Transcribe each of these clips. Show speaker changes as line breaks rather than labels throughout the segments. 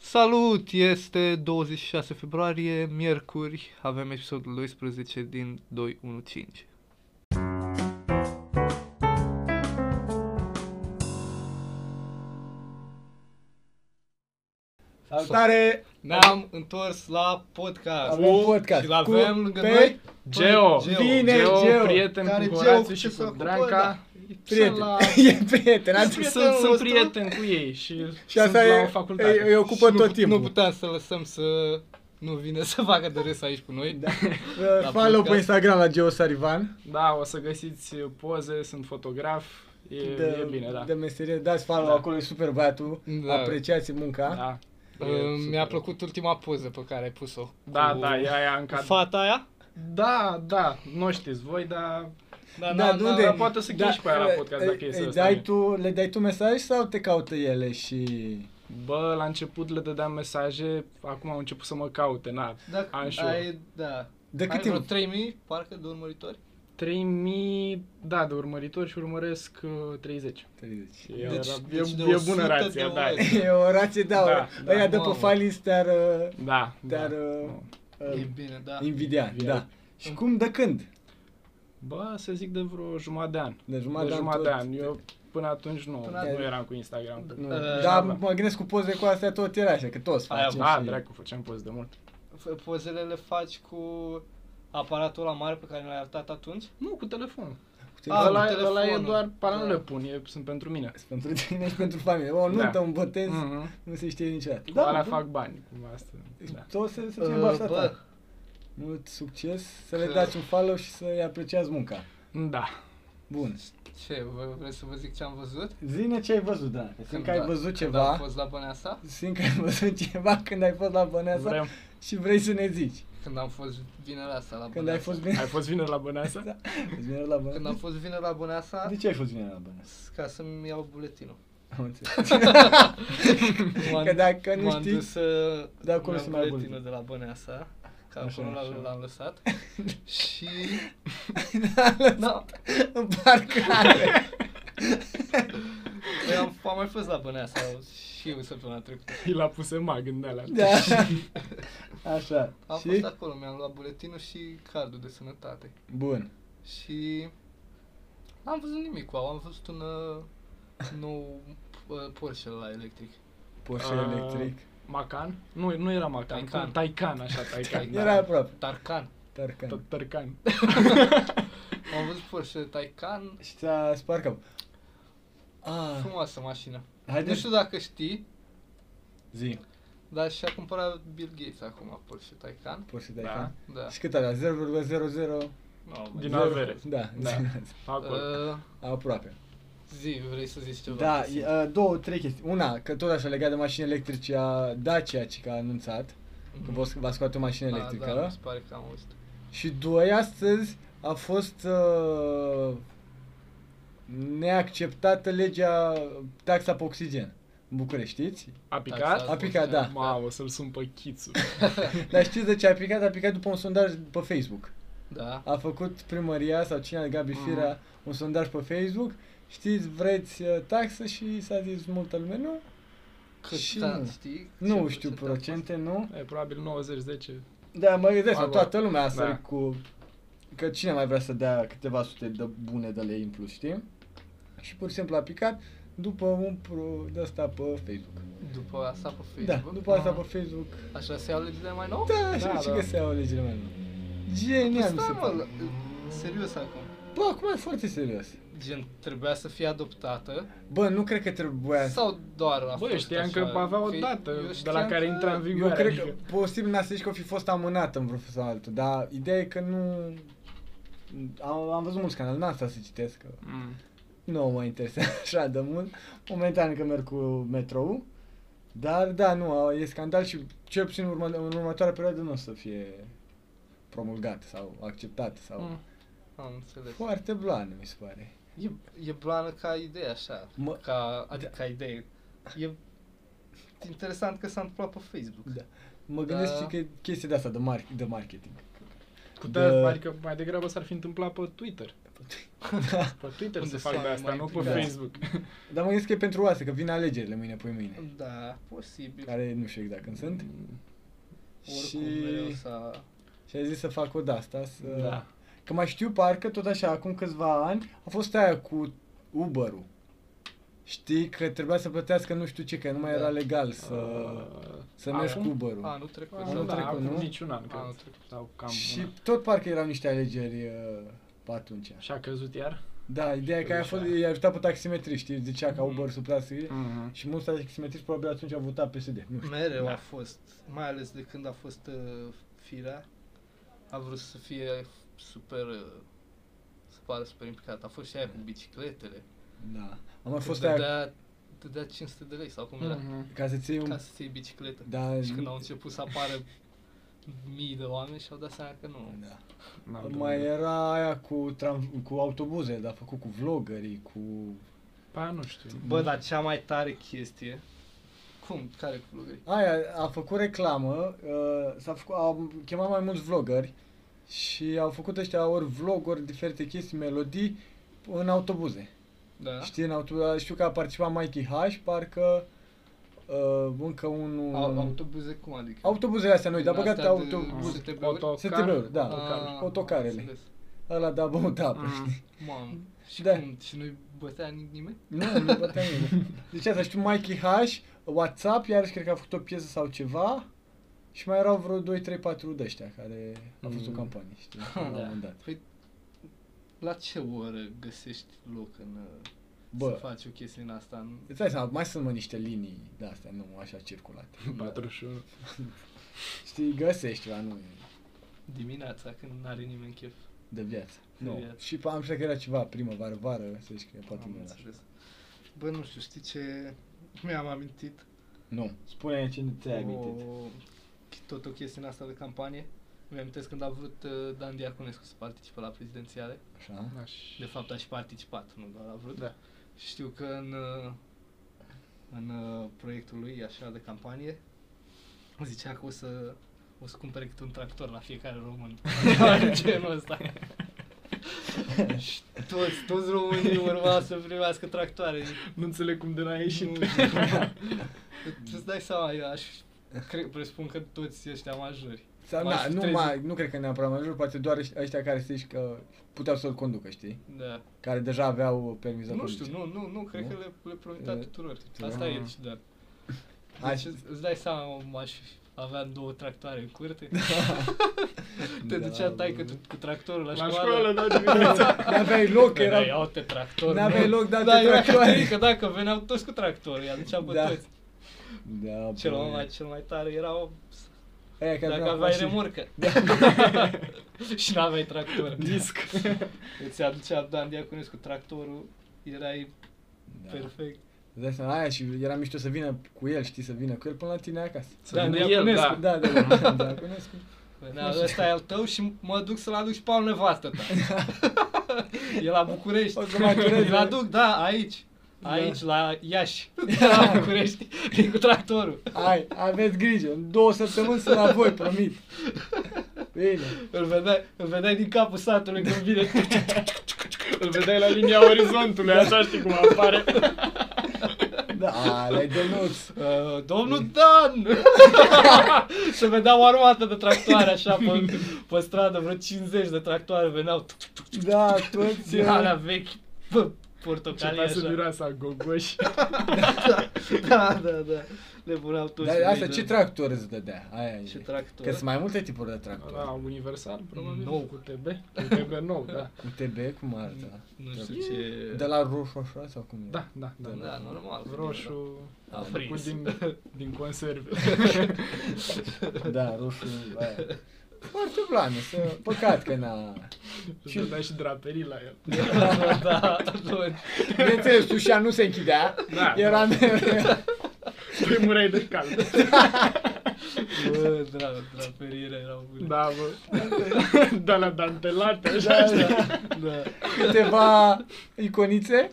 Salut! Este 26 februarie, miercuri, avem episodul 12 din 215.
Salutare!
Ne-am întors la podcast.
Avem
Cu-
podcast.
Și l-avem
Cu-
lângă
pe-
noi
Păi, Geo.
Geo.
Bine,
Geo,
Geo.
prieten
care
cu
Geo
Horațiu
ce Da.
și
s-a
cu
ocupat,
Dranca.
da, Prieten.
La...
E prieten.
Prietenul
Azi-
Sunt, sunt
nostru.
prieten cu ei și,
Și
sunt
asta
la
e,
o facultate.
e, îi ocupă
Și nu,
tot
put-
timpul.
Nu puteam să lăsăm să nu vină să facă de râs aici cu noi.
Da.
La
Uh, follow
podcast.
pe Instagram la Geo Sarivan.
Da, o să găsiți poze, sunt fotograf, e, e bine, da.
De meserie. Dați follow
Da.
acolo, e super băiatul.
Da.
Apreciați munca.
da.
Uh,
E
Mi-a
super.
plăcut ultima poză pe care ai pus-o.
Da,
cu-
da, e aia în
cu
cadru.
Fata aia?
Da, da, nu știți voi, dar
Da,
Da,
da,
de
da,
unde?
da,
dar poate să ghiși pe aia la podcast
uh,
dacă e
îi
să
dai
stai.
tu, Le dai tu mesaj sau te caută ele și...
Bă, la început le dădeam mesaje, acum au început să mă caute, na.
Dacă
Am și eu.
ai, da.
De cât
ai vreo
timp?
3000, parcă, de urmăritori?
3000, da, de urmăritori și urmăresc uh, 30.
30.
E,
Deci-
era-
deci de
e, e
100 de
bună rația, da.
ori.
E o rație, da,
Da,
da, ăia
da,
de pe
mamă.
Falis te-ar, uh,
Da,
te-ar
da.
uh,
E
uh,
bine, da.
invidia,
Invidia.
da. Și cum, de când?
Bă, să zic de vreo jumătate de an.
De
Jumătate
jumătate
de
an
jumătate de
tot-
an. Eu până atunci nu,
Până
nu
atunci.
eram cu Instagram.
Nu.
Uh,
Dar
da.
mă gândesc cu poze cu astea tot era așa, că toți
Aia,
facem
Da,
și...
dracu, făceam poze de mult.
F- Pozele le faci cu aparatul la mare pe care l-ai arătat atunci?
Nu, cu telefonul.
Putem
A,
să-
ăla,
cu telefonul.
ăla e doar, para
Da.
nu le pun, e, sunt pentru mine.
Sunt pentru tine și pentru familie. O nuntă,
Da.
un botez,
Mhm.
nu se știe niciodată.
Cu alea
Da, bun.
fac bani, cumva asta. Da.
Tot să se
Uh,
țin uh,
bă,
ta. Mult succes, să le
Că-
dați un follow și să-i apreciați munca.
da.
Bun.
ce, vă, vreți să vă zic ce am văzut?
Zine ce ai văzut, da. Simt că
a-
ai văzut
când
ceva.
am fost la Băneasa,
Simt că ai văzut ceva când ai fost la Băneasa
Vrem.
și vrei să ne zici.
când am fost vinerea asta la
Când
Băneasa.
ai fost bine...
Ai fost vineri la Băneasa?
Da. Ați venit la
Când am
Băneasa?
fost vineri la Băneasa,
De ce ai fost bine la Băneasa?
ca să-mi iau buletinul.
Am înțeles.
M-am-
Că dacă nu
m-am
știi-
dus să
Da, acolo
îmi
se
iau
mai
buletinul
auzi.
de la Băneasa, că
Așa,
acolo l-am-
așa.
l-am lăsat. și...
Da.
Da,
În parcare.
eu păi am, am mai fost la Băneasa și eu săptămâna trecută.
I l-a pus în mag în alea.
Da. Așa.
Am
și?
fost acolo, mi-am luat buletinul și cardul de sănătate.
Bun.
Și n-am văzut nimic cu am văzut un uh, nou uh, Porsche la electric.
Porsche
Ah.
electric.
Macan? Nu, nu era Macan.
Taikan.
Taican. Taican, așa, Taican.
Era aproape.
Tarcan.
Tarcan.
Tot Tărcan.
Am văzut Porsche Taycan,
Și ți-a spart capul. Ah,
frumoasă mașină.
haide.
Nu știu dacă știi,
Zi.
dar și-a cumpărat Bill Gates acum Porsche Taycan.
Poți să dai
Da.
da.
Da.
Și cât avea? 0,00...
No,
Din avere.
Da,
Da.
da.
Acolo.
uh,
aproape.
zi, vrei să zici ceva?
Da,
Te simt.
e, uh, două, trei chestii. Una, că tot așa legat de mașini electrice, a Dacia, ce că a anunțat, uh, că vă- va scoate o mașină
Ah,
electrică.
Mm-hmm. Da, mi se pare că am auzit.
Și doi, astăzi a fost uh, neacceptată legea, taxa pe oxigen. În București, știți?
A picat?
A picat, da.
Mamă, o să-l sun pe Chițu.
Dar știți de ce a picat? A picat după un sondaj pe Facebook.
Da.
A făcut primăria sau cine, Gabi
Mhm.
Firea, un sondaj pe Facebook. Știți, vreți uh, taxă și s-a zis multă lume, nu?
Cât
și
da,
nu.
știi?
Nu
Ce
știu
a fost?
procente, nu?
E probabil 90-10.
Dar Da, mă gândesc,
Acolo.
toată lumea asta
Da.
da. cu... Că cine mai vrea să dea câteva sute de bune de lei în plus, știi? Și pur și simplu a picat după un pro de asta pe Facebook.
După asta pe
Da,
Facebook?
după asta pe
Ah.
Facebook.
Așa se iau legile mai nou? Păi
Da, așa
Da,
și
da.
găseau legile mai nou. Genial, mi se
Stai, mă,
pare.
l- serios acum.
Bă, acum e foarte serios.
Gen, trebuia să fie adoptată
Bă, nu cred că trebuia să...
sau doar a
Bă,
fost
eu știam
așa?
că avea o
Că
dată
eu
de
știam
la care
că-
intra în
Eu
vigoare.
cred că
adică-
posibil n-a să zici că o fi fost amânată în vreo fel sau altul, dar ideea e că nu... Am, am văzut mulți canal, n-am stat să citesc, că
Mm.
nu mă interesează așa de mult. Momentan că merg cu metrou, dar da, nu, e scandal și cel puțin în, urmă, în următoarea perioadă nu o să fie promulgat sau acceptat sau...
Mm.
Am înțeles.
Foarte blană, mi se pare.
E, e blană ca idee, așa.
Mă- da.
Ca, adică ca idee. E interesant că s-a întâmplat pe Facebook.
Da. Mă gândesc
Da.
și că e chestia de asta, de, mar- de marketing.
Putea,
Da.
adică mai degrabă s-ar fi întâmplat pe Twitter. Pe Twitter
Unde
se fac
s-a
de asta,
mai
nu pe
implicat.
Facebook.
Da. Dar mă gândesc că e pentru asta, că vin alegerile mâine, poi mâine.
Da, posibil.
Care nu știu exact când
Mm.
sunt.
Oricum,
și-
mereu s-a...
Și a zis să fac o de asta, să...
Da.
Că mai știu, parcă, tot așa, acum câțiva ani, a fost aia cu Uber-ul. Știi că trebuia să plătească nu știu ce, că nu mai
Da. Ah,
era legal să,
Uh,
să mergi
acum?
cu Uber-ul.
Anul trecut.
Anul
da.
da,
trecut,
acum
nu?
niciun an,
Anul
cred.
trecut.
Sau cam
și
un an.
tot parcă erau niște alegeri uh, pe atunci.
Și a căzut iar?
Da, ideea e că aia a fost,
Așa.
i-a ajutat pe taximetri, știi, zicea că
Mhm.
Uber suprastrăie.
Mhm.
Și mulți taximetriști probabil atunci au votat PSD. Nu știu.
Mereu
Da.
a fost, mai ales de când a fost uh, Firea, a vrut să fie super, uh, să pară super implicat. A fost și aia cu bicicletele.
Da. Am mai
Că
fost aia Mm-hmm.
dădea, dădea 500 de lei sau cum era,
Mhm.
ca să-ți iei
ca
un...
să iei bicicletă.
Da,
Și când au început să apară mii de oameni și au dat seama că nu.
da. Mai
N-am domnule.
era aia cu, tram, cu autobuze, dar făcut cu vlogării, cu...
Pe aia nu știu.
Bă, dar cea mai tare chestie... Cum? Care cu vlogării?
Aia a făcut reclamă, uh, s-a făcut, au chemat mai mulți vloggeri și au făcut ăștia ori vloguri, diferite chestii, melodii în autobuze.
Da.
Știi, în autobuz, știu că a participat Mikey H, parcă uh, încă unul...
Au, autobuze cum adică?
Autobuzele astea noi, dar
Din
băgat
astea de-
autobuz.
STB-uri?
Ah, Autocar.
STB-uri, da.
Autocar.
Ah,
autocarele.
am înțeles.
Ăla de-a băut apă,
Mm.
Mhm.
știi?
Mamă. Și
Da.
cum? Și nu-i bătea ni- nimeni?
Nu, nu bătea nimeni. Deci asta, știu, Mikey H, WhatsApp, iarăși cred că a făcut o piesă sau ceva. Și mai erau vreo 2, 3, 4 de ăștia care a fost o
Mhm.
campanie, știi, la un
Mm. Da.
moment dat.
Păi, la ce oră găsești loc în, uh,
Bă.
să faci o chestie în asta? În...
Îți dai seama, mai sunt mă niște linii de astea, nu așa circulate.
41.
Știi, găsești ceva, nu e
Dimineața, când n-are nimeni chef.
de viață.
De
Nu.
viață.
Și pe- am știut că era ceva primăvară, vară, să zici că poate
Am
nu era așa.
înțeles. Bă, nu știu, știi ce mi-am amintit?
Nu. Spune ce ți-ai amintit.
o, tot o chestie în asta de campanie. Îmi amintesc când a vrut uh, Dan Diaconescu să participe la prezidențiale.
Așa.
Aș-
De fapt a și participat, nu doar a vrut.
Da.
Și știu că în, uh, în uh, proiectul lui, așa de campanie, zicea că o să, o să cumpere câte un tractor la fiecare român. Ceva de genul ăsta. Și toți, toți românii urmau să primească tractoare.
Nu înțeleg cum de n-a ieșit.
Nu. Tu îți dai seama, eu aș cre- presupun că toți ăștia majori.
Sau,
M-aș
na, da, nu,
trezi.
mai, nu cred că neapărat mai jur, poate doar ăștia- ăștia care zici că puteau să-l conducă, știi?
Da.
Care deja aveau permis de
Nu
conducere.
știu, nu, nu, nu, cred
Exact. Nu?
că le, le promitea
E,
tuturor.
tuturor.
Asta e
Ah.
și da.
Aș-
Deci îți îți dai seama, m-aș avea două tractoare în curte. Te
Da,
ducea
bă.
tai cu, cu tractorul la,
La
școală.
școală, da, dimineața.
N-aveai loc,
Că era...
era...
iau-te tractor,
N-aveai
nu?
loc de alte
da, era
tractoare.
categoric Că dacă veneau toți cu tractor, îi aduceam pe
Da.
toți.
Da,
Cel
bă,
mai, cel mai tare era o-
Aia care
dacă
avea
aveai
mașini. Da.
remorcă. și n-aveai tractor.
Disc.
Îți aducea Dan Diaconescu tractorul, erai
Da.
perfect.
Îți dai seama, aia și era mișto să vină cu el, știi, să vină cu el până la tine acasă.
Da,
Da,
de
el,
Iaconescu,
da.
Da, da, da, da, da, cunosc.
Da, ăsta e al tău și mă duc să-l aduc și pe al nevastă ta. e la București.
O să matureze.
Îl aduc, da, aici.
Da.
Aici, la Iași, la București, vin cu tractorul.
Hai, aveți grijă, în două săptămâni sunt la voi, promit. Bine.
Îl vedeai, îl vedeai din capul satului când vine.
Îl vedeai la linia orizontului, așa știi cum apare.
Da, ale Dănuț.
Uh, Domnul Dan! Se vedea o armată de tractoare așa pe, pe stradă, vreo 50 de tractoare veneau.
Da, toți...
Din alea vechi, bă, portocalii
Începea să
așa.
miroasă a gogoș.
da, da, da. Le puneau toți.
Dar
în
asta
ei,
ce
da.
tractor îți dădea? Aia
Ce
e.
tractor?
Că sunt mai multe tipuri de tractor.
Da, universal, probabil.
Nou.
Cu TB. Cu TB nou, da.
Cu TB, cum arată?
Nu știu ce...
De la roșu așa sau cum e?
Da, da, da.
Da, normal.
Roșu,
A Da,
făcut
prins.
din, din conserve.
Da, roșu, aia. Foarte blană, să... păcat că n-a...
Și dădea și draperii la el.
da, da, atunci.
Bineînțeles, sușa nu se închidea,
Da,
era
da.
mereu.
Păi murai de cald.
Bă, dragă, draperire da, erau bune.
Da, bă. Da, la dantelate, așa.
Da, da.
da.
Câteva iconițe,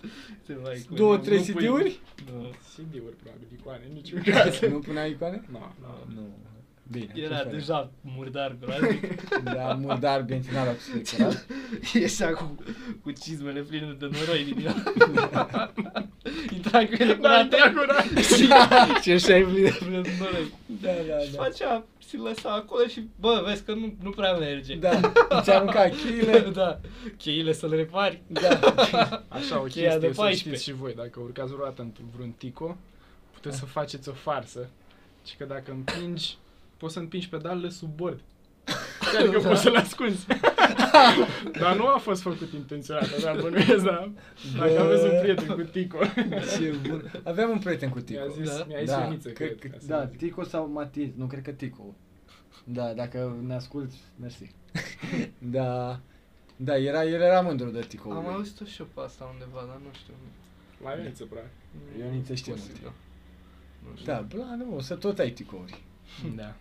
Te mai cu-
două,
nu
trei
pui-
CD-uri.
Da.
CD-uri, probabil, icoane, niciun caz.
Nu punea icoane?
Nu,
Nu.
nu.
Bine.
Era
ce fel?
deja murdar groaznic.
Era murdar, bineînțeles, n-a luat curat.
Ieșea cu, cu cizmele pline de noroi din el. Intra Da. cu ele
Da,
curate
intra curat.
și și ieșea pline pline de noroi.
Da, da,
Și
da.
facea, și lăsa acolo și, bă, vezi că nu, nu prea merge.
Da, îți arunca cheile.
da. Cheile să-l repari.
Da.
Așa, o
Cheia de
chestie de să
14.
știți și voi, dacă urcați vreodată într-un vreun tico, puteți
Ah.
să faceți o farsă. Și că dacă împingi, poți să împingi pedalele sub bord. Adică
Da.
poți să-l ascunzi. dar nu a fost făcut intenționat, dar bănuiesc, da. Dacă
Bă.
aveți un prieten cu tico.
Ce bun. Aveam un prieten cu Tico.
Mi-a zis,
Da.
mi-a zis
da,
Ioniță,
cred,
cred.
că,
ca să
da,
zic.
Tico sau Matiz, nu cred că Tico. Da, dacă ne asculti, mersi. da, da, era, el era mândru de Tico.
Am auzit-o și eu pe asta undeva, dar nu știu.
La Ioniță, practic.
Ioniță știe
Posibil.
multe.
Nu știu.
Da, bla, nu, o să tot ai Ticouri.
Da.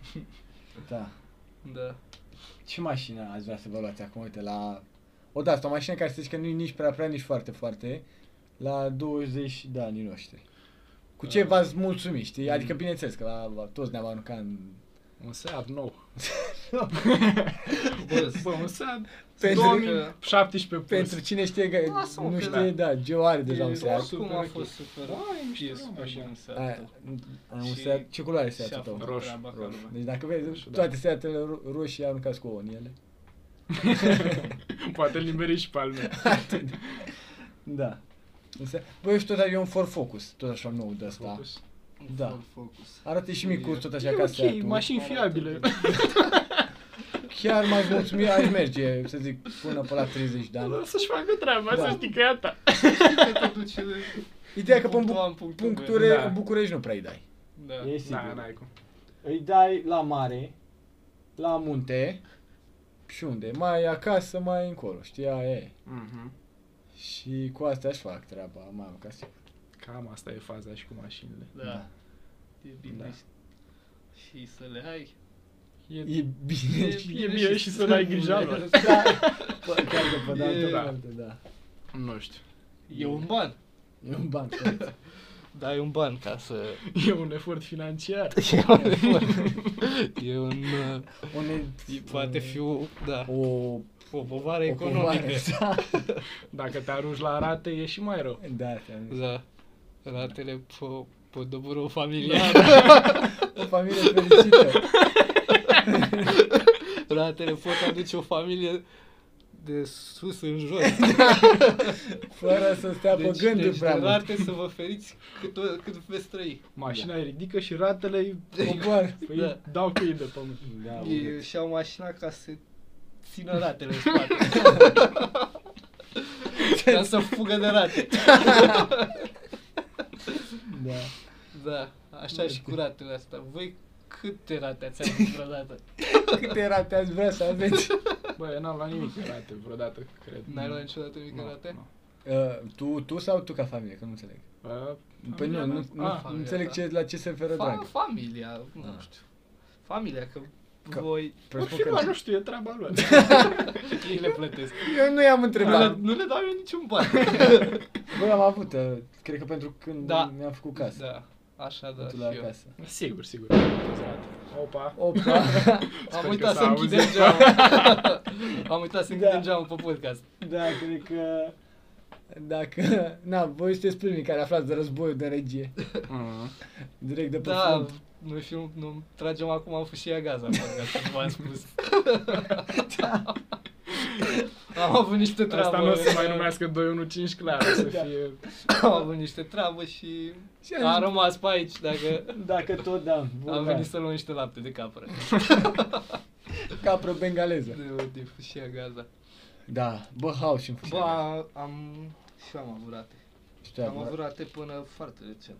Da.
Da.
Ce mașină ați vrea să vă luați acum? Uite, la... O da, asta, o mașină care să zici că nu e nici prea prea, nici foarte, foarte, la 20 de ani noștri. Cu ce
Ah.
v-ați mulțumit, știi? Adică,
Mm.
bineînțeles, că la, la toți ne-am aruncat în...
Un Seat nou.
Bă,
Bă, un Seat
Pentru că-
2017 plus.
Pentru cine știe că
Lasă-mă
nu
că
știe, da, Geo are deja un
E
Seat.
Oricum
Super
a
ok.
fost super.
Da, e mișto,
e super
așa.
bun
Ai,
seatul.
ai un
Și-
Seat. Ce culoare este
și a
Seatul tău?
făcut
Roșu,
treaba ca
roșu.
lumea.
Deci dacă vezi,
Roșu, da.
toate Seatele ro- roșii aruncați cu ouă în ele.
Poate liberi și palme.
Da. Un Seat. Bă, eu știu, dar eu un Ford Focus, tot așa nou de ăsta.
Focus.
Da.
Full Focus.
Arată și micuț,
E-
tot
E
așa ca
ok,
Seatul.
mașini fiabile.
Chiar mai mulțumit, aș merge, să zic, până pe la 30 de ani.
Da, Să-și facă treaba,
Da.
să știi că e a ta.
Că te duci de...
Ideea că pe
Punctul A în
bu-
punctul B.
puncture,
Da.
București nu prea îi dai.
Da.
Da, n-ai cum.
Îi dai la mare, la munte și unde? Mai acasă, mai încolo, știi, aia e.
Mhm.
Și cu asta aș fac treaba, mamă, ca sigur.
Cam asta e faza și cu mașinile.
Da. E bine.
Da.
Și să le ai.
E,
E bine.
e bine și să dai grijă lor.
Da, Bă, chiar că pe de
E-
altă
da.
parte, da.
Nu știu.
E un ban.
E un banc. corect.
Da, e un ban ca să...
E un efort financiar.
E un... e un... uh,
Une,
e- Poate fi o... Da.
o, o
O povară economică.
economică. Da,
Dacă te arunci la rate, e și mai rău.
da ți-am zis.
Da. Ratele pe, pe doborul familial. Da.
O familie fericită.
Ratele pot aduce o familie de sus în jos.
Fără să stea Da, pe gânduri
deci
prea
de
mult.
rate să vă feriți cât, cât veți trăi.
Mașina îi ridică și ratele îi
Coboară.
păi,
Da.
dau cu ei de pământ.
Da,
E,
urât.
și-au mașina ca să țină ratele în spate. ca să fugă de rate.
da.
Da, așa și cu ratele astea. Voi câte rate ați avut vreodată?
Câte rate ați vrea să aveți?
Bă, eu n-am luat nimic de rate vreodată, cred.
N-ai luat niciodată mică
Mm. Nu,
rate?
nu.
Uh, tu, tu sau tu ca familie? Că nu înțeleg.
Bă,
Păi nu, nu, nu,
Ah,
nu
familia
înțeleg
ta.
ce, la ce se referă
Fa-
drag.
familia, nu
Ah.
știu. Familia, că,
Că-
voi,
Presupun
Bă,
că...
nu știu, e treaba lor.
ei le plătesc.
Eu nu i-am
Nu le,
întrebat.
nu le dau eu niciun ban.
Băi, am avut, uh, cred că pentru când
Da.
mi-am făcut casă.
Da, așa da,
Tu
și
la
eu.
acasă.
Sigur, sigur. Opa.
Opa,
Am
că
uitat
s-a
să închidem
auzit.
geamul. Am uitat să închidem
Da.
geamul pe podcast.
da, cred că... Dacă, na, voi sunteți primii care aflați de războiul de regie,
Mhm.
direct de pe
Da,
front.
noi film, nu tragem acum am fost și ea gaza, parcă că v-am spus. Am avut niște treabă.
Asta nu o să mai
în-
numească 215 clar, o să
Da.
fie...
Am avut niște treabă și
Și
a
am zis,
rămas pe aici dacă
Dacă tot, da, bun,
am
da.
venit să luăm niște lapte de capră.
capră bengaleză.
De, de fâșia gaza.
Da, bă, haos și-mi
Bă,
făcea.
am și eu am avut rate.
Și tu ai
am
avut-
avut rate până foarte recent.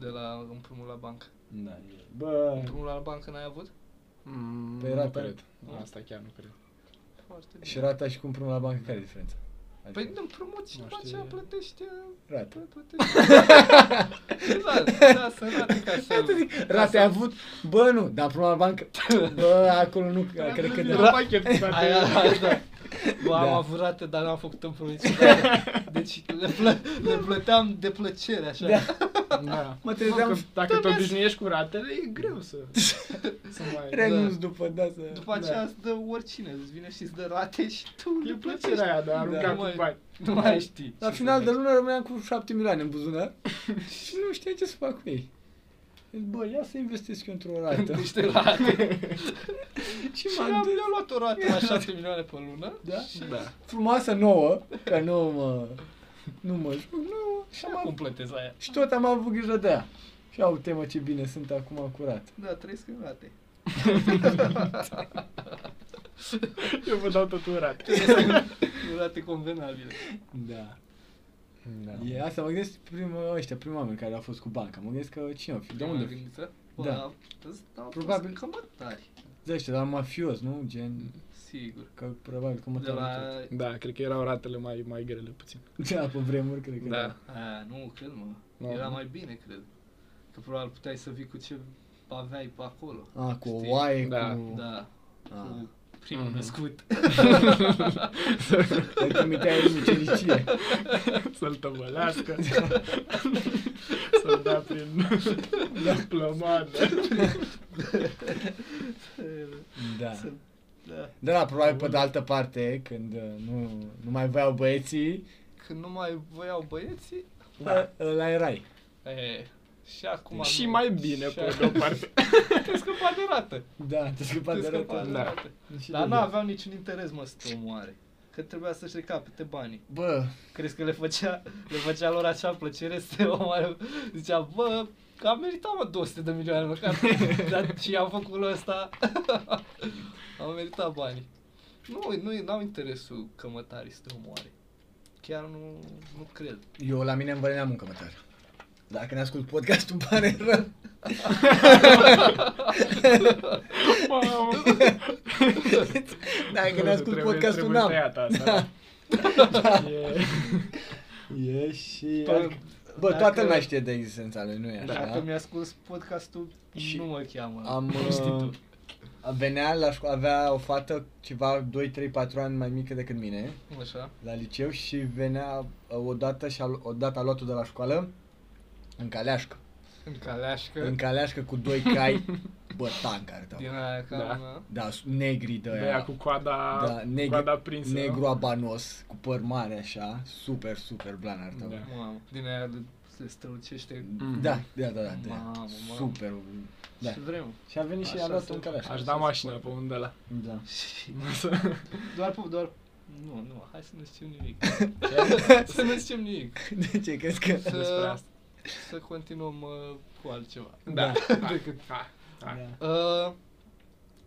De la împrumut la bancă.
Da, e- Bă,
Împrumut la bancă n-ai avut?
Mm,
Păi
nu
rata-
cred. Asta chiar nu cred.
Foarte
și rata și cumpărăm la bancă, care e diferența? Adică
Păi nu împrumut și
Nu
după
știu.
aceea plătești...
Rata.
Plătești... da, da, sunt rate ca să...
Rate ai avut? Bă, nu, dar prima bancă, bă, acolo nu, cred că
da.
da.
pachet,
Aia,
frate.
aia, da. Bă, am
Da.
avut rate, dar n-am făcut împrumut niciodată. Deci le, plă- le plăteam de plăcere, așa.
Da.
Da.
Mă
Că
trezeam,
dacă te obișnuiești cu ratele, e greu să, să mai...
renunț după, da, să...
După aceea
Da.
îți dă oricine, îți vine și îți dă rate și tu
E
îi
plăcerea
plăcești.
aia de a
Da.
arunca
Mai-
cu bani.
Nu mai știi.
La
ce să
final de
faci.
lună rămâneam cu 7 milioane în buzunar și nu știam ce să fac cu ei. Zic, Bă, ia să investesc eu într-o rată.
Niște rate.
și
și am,
m-am dus.
mi-am luat o rată la 7 milioane pe lună.
Da?
Și,
Da.
Frumoasă nouă, că nu mă... Nu mă joc, nouă. Și,
și
am
acum
avut,
plătesc aia.
și tot am avut grijă de ea. Și au temă ce bine sunt acum curat.
Da, trăiesc în rate.
Eu vă dau totul în rate.
În rate convenabile.
Da.
Da.
E, asta mă gândesc prim, ăștia, primii oameni care au fost cu banca. Mă gândesc că cine au fi? De
Prima
unde?
gândită? Bă,
Da.
ăsta a
Probabil-
Probabil. Cămătari.
De ăștia, dar mafios, nu? Gen,
Sigur.
că probabil că mă
De la...
tot.
Da, cred că erau ratele mai, mai grele puțin.
Da, pe vremuri, cred că
Da.
da.
A, nu, cred mă.
Nu.
Era mai bine, cred. Că probabil puteai să vii cu ce aveai pe acolo.
A, cu o
Știi?
oaie,
Da.
cu...
Da,
A.
cu primul
Mhm.
născut. Da.
Îl trimiteai în ucenicie.
Să-l tămălească. Să-l dea prin plămadă.
Da.
Să- Da.
Da, da, probabil pe de altă parte, când uh, nu, nu mai voiau băieții,
Când nu mai voiau băieții,
da. la erai.
e, și acum...
Și
nu.
mai bine,
Și
pe
acum-
de-o parte.
Te scăpa de rată.
Da, te scăpa
Te
de
scăpa
rău.
de
Da.
rată.
Și
Dar
de
nu
el.
aveau niciun interes, mă, să te omoare. Că trebuia să-și recapete banii.
Bă,
Crezi că le făcea, le făcea lor acea plăcere să te omoare? Zicea, bă, că am meritat, mă, 200 de milioane măcar. Dar și am făcut lui ăsta. am meritat banii. Nu, nu, n-au interesul cămătarii să te omoare. Chiar nu, nu cred.
eu la mine îmi văreneam muncă mătar. Dacă ne ascult podcastul, îmi pare rău.
Mamă.
Dacă ne
Trebuie-
ascult podcastul,
trebuie
n-am.
tăiat asta,
Da.
da. E-
E și...
Bă,
Bă,
dacă-
toată lumea știe de existența lui, nu e
Da. Dacă
așa?
mi-a ascuns podcastul,
Și
nu mă cheamă.
Am
Prostitul.
uh, venea la școală, avea o fată ceva 2, 3, 4 ani mai mică decât mine
Așa.
la liceu și venea uh, odată și a, lu- odată a luat-o de la școală în caleașcă.
În caleașcă.
În caleașcă cu doi cai bătan care tău.
Din aia ca
Da.
una.
Da, s- negri de
de aia
aia.
cu coada,
da, negru,
coada prinsă.
negru
nu?
abanos, cu păr mare așa, super, super blanar tău.
Da.
Da,
uh, Mamă, din aia de- se strălucește
Mhm.
da, da, da, da,
Mamă, mamă.
super. Da.
ce vrem.
Și a venit și
Așa
a luat
se-
un caleașcă.
Aș da mașina pe unde la.
Da.
Și doar pe, doar... Nu, nu, hai să nu zicem nimic. să nu zicem nimic.
De ce crezi că...
Da.
Despre asta.
Să continuăm uh, cu altceva.
Da.
Decât-
Ha, ha.
Da.
Uh,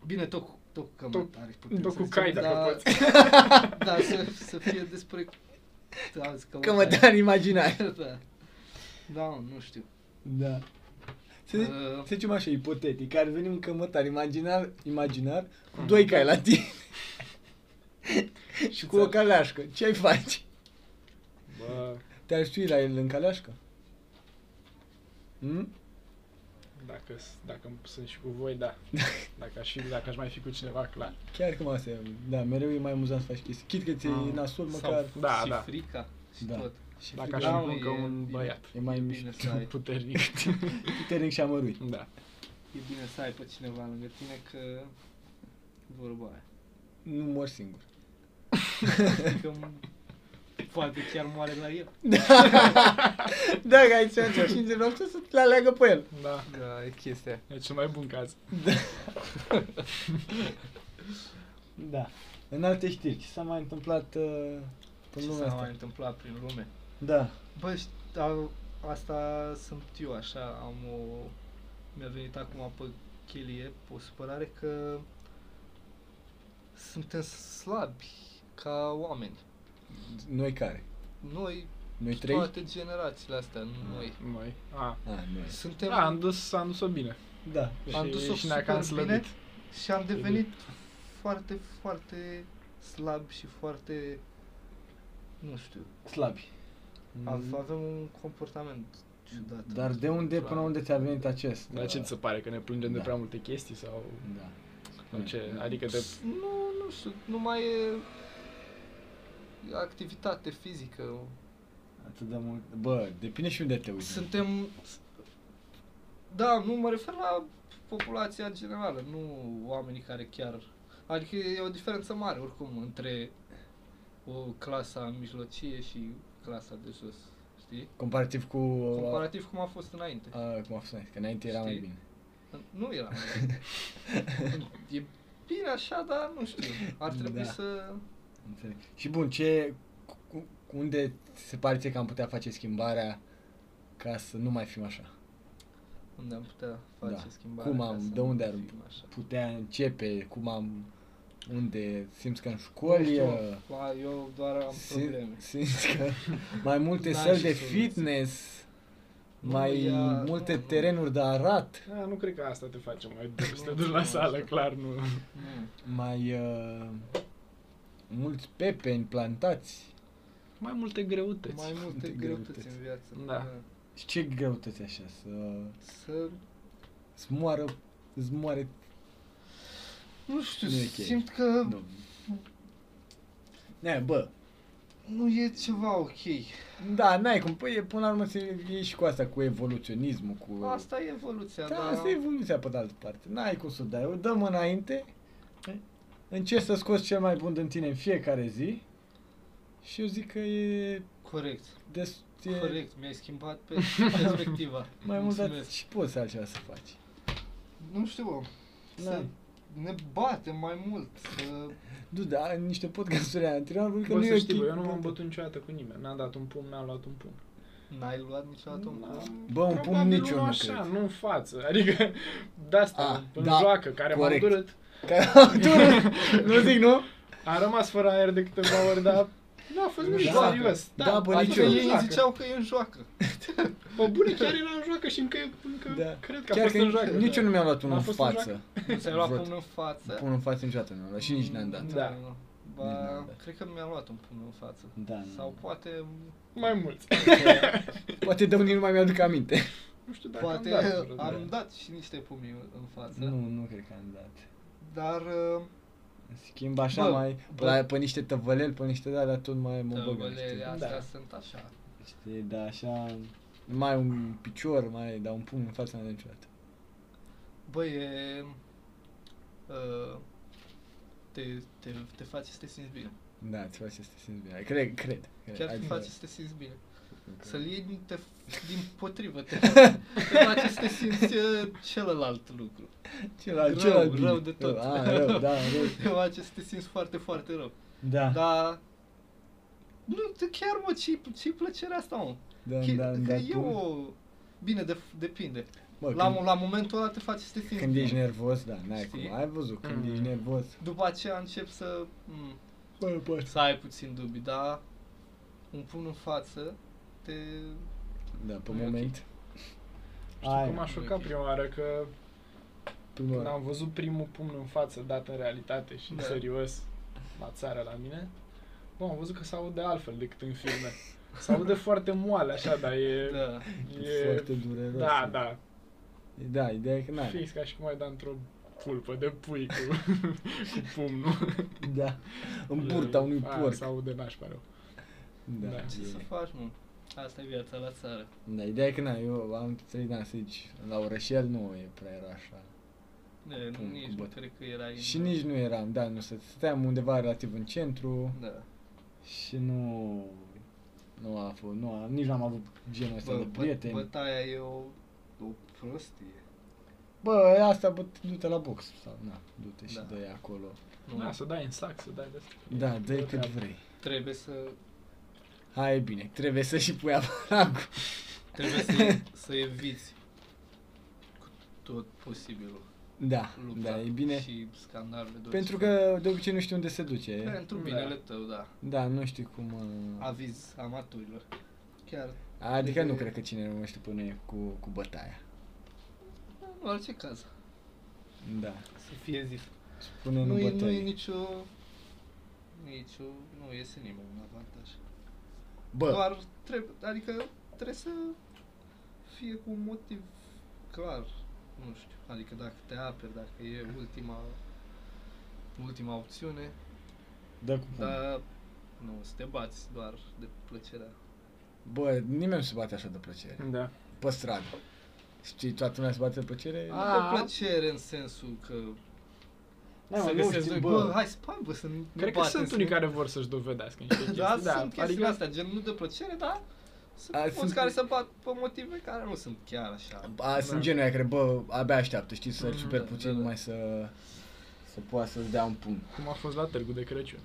bine, tot cu, tot cu cămătari putem
tot
să
cu
zicem,
cai, dacă
Da.
dar-
poți.
Dar să, să fie despre... Da, zic
Că mă
cămătari.
dar imaginar.
Da. Da, nu știu.
Da. Să, zic,
Uh.
să zicem așa, ipotetic, ar veni un cămătar imaginar, imaginar cu doi cai la tine și cu o
Exact.
caleașcă. Ce ai face?
Bă,
Te-ar ști la el în caleașcă? Hmm?
dacă, s- dacă sunt și cu voi, da. Dacă aș, fi, dacă aș mai fi cu cineva, clar.
Chiar cum asta e, da, mereu e mai amuzant să faci chestii. Chit că ți-e
Mm.
nasol măcar.
Sau,
Da,
și
da.
frica și
Da.
tot.
Și
Dacă
frică-
aș
Da,
fi
mă,
cu încă
e
un
bine.
băiat
E mai
e bine
mișto.
să ai,
puternic.
puternic și amăruit.
da.
e bine să ai pe cineva lângă tine că vorba aia.
Nu mor singur.
Că m- poate chiar moare la el.
Da, că ai șansa și înțeleg asta să te aleagă pe el.
Da.
Da, e chestia.
E cel mai bun caz.
Da. În alte știri, ce s-a mai întâmplat uh,
Ce
până lumea
s-a mai
asta?
întâmplat prin lume.
Da.
Bă, șt- a- asta sunt eu așa, am o... Mi-a venit acum pe chelie o supărare că suntem slabi ca oameni.
Noi care?
Noi,
Noi trei?
toate generațiile astea, noi.
Noi. A.
Ah, noi.
Suntem...
Da, am dus, am dus-o bine.
Da.
Am
Și-
dus-o
și ne-a cam
super bine.
slăbit.
Și am devenit foarte, foarte slab și foarte, nu știu,
Slabi.
mm. avem un comportament ciudat.
Mm-hmm. Dar de unde până unde ți-a venit acest?
Dar ce ți se pare? Că ne plângem de
Da.
prea multe chestii sau,
Da.
sau ce? Adică de...
Nu, nu știu, nu mai e activitate fizică,
Atât de mult. Bă, depinde și unde te uiți.
Suntem... Da, nu mă refer la populația generală, nu oamenii care chiar... Adică e o diferență mare oricum între o clasa mijlocie și clasa de jos, știi?
Comparativ cu...
Comparativ cum a fost înainte.
A, cum a fost, că înainte era mai
Știi?
bine.
Nu era. e bine așa, dar nu știu. Ar trebui
Da.
să...
Înțeleg. Și bun, ce, cu, cu- unde ți se pare ție că am putea face schimbarea ca să nu mai fim așa?
Unde am putea face
Da.
schimbarea.
Cum
ca
am-
să
de
nu
unde ar-
fim Așa.
Putea începe, cum am, unde simți că în școli
Nu
uh,
știu, a, eu doar am probleme.
sim, simți că mai multe
N-ai
săli
și
de
soluții.
fitness,
Nu,
mai
ea-
multe
nu, nu.
terenuri de arat,
Da, nu cred că asta te face mai dur. Să te
Nu,
duci la
nu,
sală,
asta.
clar, nu.
Mm.
Nu.
mai uh, mulți pepeni plantați.
Mai multe greutăți.
Mai multe
Deci, multe
greutăți
greutăți.
în viață.
Da.
Și ce greutăți așa, să
Să...
îți moară, îți moare,
Nu știu,
Nu e ok.
simt că
nu. Ne, bă,
nu e ceva ok.
Da, n-ai cum. Păi, până la urmă, se e și cu asta, cu evoluționismul, cu...
Asta e evoluția,
da,
dar...
asta e evoluția pe de altă parte. N-ai cum să o dai. O dăm înainte, încerci să scoți cel mai bun din tine în fiecare zi și eu zic că e...
Corect.
Des, e
Corect, mi-ai schimbat pe perspectiva.
mai mult, dar
Mulțumesc.
și poți altceva să faci.
Nu știu, om. Să
Da.
ne batem mai mult. Să...
Du, da, în niște podcasturi anterioare, pentru că
Bă,
nu e
să
ok.
știi, bă, eu nu m-am bătut niciodată cu nimeni. N-am dat un pumn, n-am luat un pumn.
N-ai luat niciodată un
Da.
cuvânt?
Bă, un pumn
Probabil
nici eu
unul
nu
așa,
cred.
nu în față. Adică, de
Ah,
asta, în
da,
joacă, care m-a
corect.
durut.
Că nu zic, nu?
Am rămas fără aer de câteva ori, dar nu a fost
În
nimic
joacă.
serios.
Da, bă, nici
Adică
adică
eu.
ei
ei
joacă. Da.
ziceau că e în joacă.
Bă, bune, chiar era în joacă și încă, încă
Da.
cred că a
Chiar
fost
că
în
nici,
joacă. da.
nici eu nu mi-am luat unul
A
în
fost în
față.
Nu ți-ai luat
Văd.
pumnul în față.
Pun în față niciodată nu mi-am luat și nici n-am dat.
Da.
Nu, nu.
Nici
Ba,
n-am dat.
cred că mi-am luat un pumn în față.
Da,
Sau poate...
Mai mulți.
Poate de unii nu mai mi-aduc aminte.
Nu știu dacă
Poate
am dat. vreodată.
am dat și niște pumni în
Da,
față.
da. Nu, nu cred că am dat.
Dar... uh,
În schimb, așa
Bă,
mai,
bă.
bă. La, pe niște tăvăleli, pe niște de alea, tot mai mă băgă.
Tăvălele
niște-
astea
Da.
sunt așa.
Știi, da, așa, mai un picior, mai, dar un pumn în fața mea niciodată.
Bă, e... uh, Te, te, te face să te simți bine.
Da, ți face să te simți bine. Cred, cred. cred.
Chiar te
Adică-
face să te simți bine.
Ok.
Să-l iei din, te, din potrivă. Te, te face să te simți uh, celălalt lucru.
Celălalt,
rău,
celălalt bine.
rău de tot.
A, rău, da,
Te
rău.
face să te simți foarte, foarte rău.
Da, da,
Dar... Nu, te- chiar mă, ce ce plăcerea asta, mă?
da,
Chi-
da,
că
da,
e
tu-
o... Bine, de, depinde.
Bă,
la,
când,
la momentul ăla te face să te simți
când ești
bine.
nervos, da, n-ai
Știi?
cum. Ai văzut, când
Mm.
ești nervos.
După aceea începi să... Mm,
Bă, bă.
să ai puțin dubii, dar un pun în față te...
Da, pe
Nu e ok.
moment.
Știu că m-a
nu e
șocat
ok.
prima oară că
prima
când
oară.
am văzut primul pumn în față dat în realitate și în
Da.
serios la țară la mine, bă, am văzut că se aude altfel decât în filme. Se aude foarte moale așa, dar e...
Da.
e
Foarte dureros.
Da, da.
Da, ideea e că n-ai.
Fix ca și cum ai da într-o pulpă de pui cu, cu pumnul.
Da. În burta unui
Aia
porc.
Se aude nașpa rău.
Da.
Da.
e-
Ce să faci, mă? Asta e viața la țară.
Da, ideea e că na, eu am trăit în zici, la orășel nu e prea era așa.
E,
Pun
nici
cu
nu
băt.
cred că era
Și nici nu eram, da, nu să stăteam undeva relativ în centru
Da.
și nu nu a fost, nu a, nici n-am avut genul ăsta
Bă,
de
bă,
prieteni. Bă,
bătaia e o, o prostie.
asta, bă, du-te la box sau na, du-te și
Da.
dă acolo.
Nu,
Da, să dai în sac, să dai de asta.
Da, dă
Bă,
cât
da.
vrei.
trebuie să
Hai, e bine, trebuie să și pui aparacul.
trebuie să, să eviți cu tot posibilul
Da,
lupta
da, e bine.
și scandalurile de
Pentru
orice fel.
că de obicei nu știu unde se duce.
Pentru
Da.
binele tău, da.
Da, nu știu cum... uh,
Aviz amatorilor. Chiar,
Adică nu
Adică-
cred că cine rămânește până e cu, cu bătaia.
în orice caz,
Da.
să fie zis.
Spune nu,
Nu, e,
bătaie.
nu e nicio... Nicio... Nu iese nimeni în avantaj.
Bă,
Doar trebuie... Adică trebuie să fie cu un motiv clar. Nu știu. Adică dacă te aperi, dacă e ultima... Ultima opțiune, Da.
dă cu pumnul.
dar nu, să te bați doar de plăcerea
Bă, nimeni nu se bate așa de plăcere.
Mm.
Da.
Pe stradă. Știi, toată lumea se bate de plăcere?
Ah.
A, plăcere în sensul că
Da, mă,
se
nu
găsesc
știu,
doi,
bă.
bă, hai să hai, bă, să ne
Cred că
batem,
sunt
să
unii
ne-
care vor să-și dovedească niște chestii.
Da, da, sunt chestiile
adică-
astea, gen nu de plăcere, dar sunt
A,
mulți
sunt-
care se bat pe motive care nu sunt chiar așa.
A, sunt
Da.
genul ăia care, bă, abia așteaptă, știi, să
Mhm,
super
da,
puțin
da, da.
numai să... Să poată să-ți dea un pumn.
Cum a fost la târgul de Crăciun.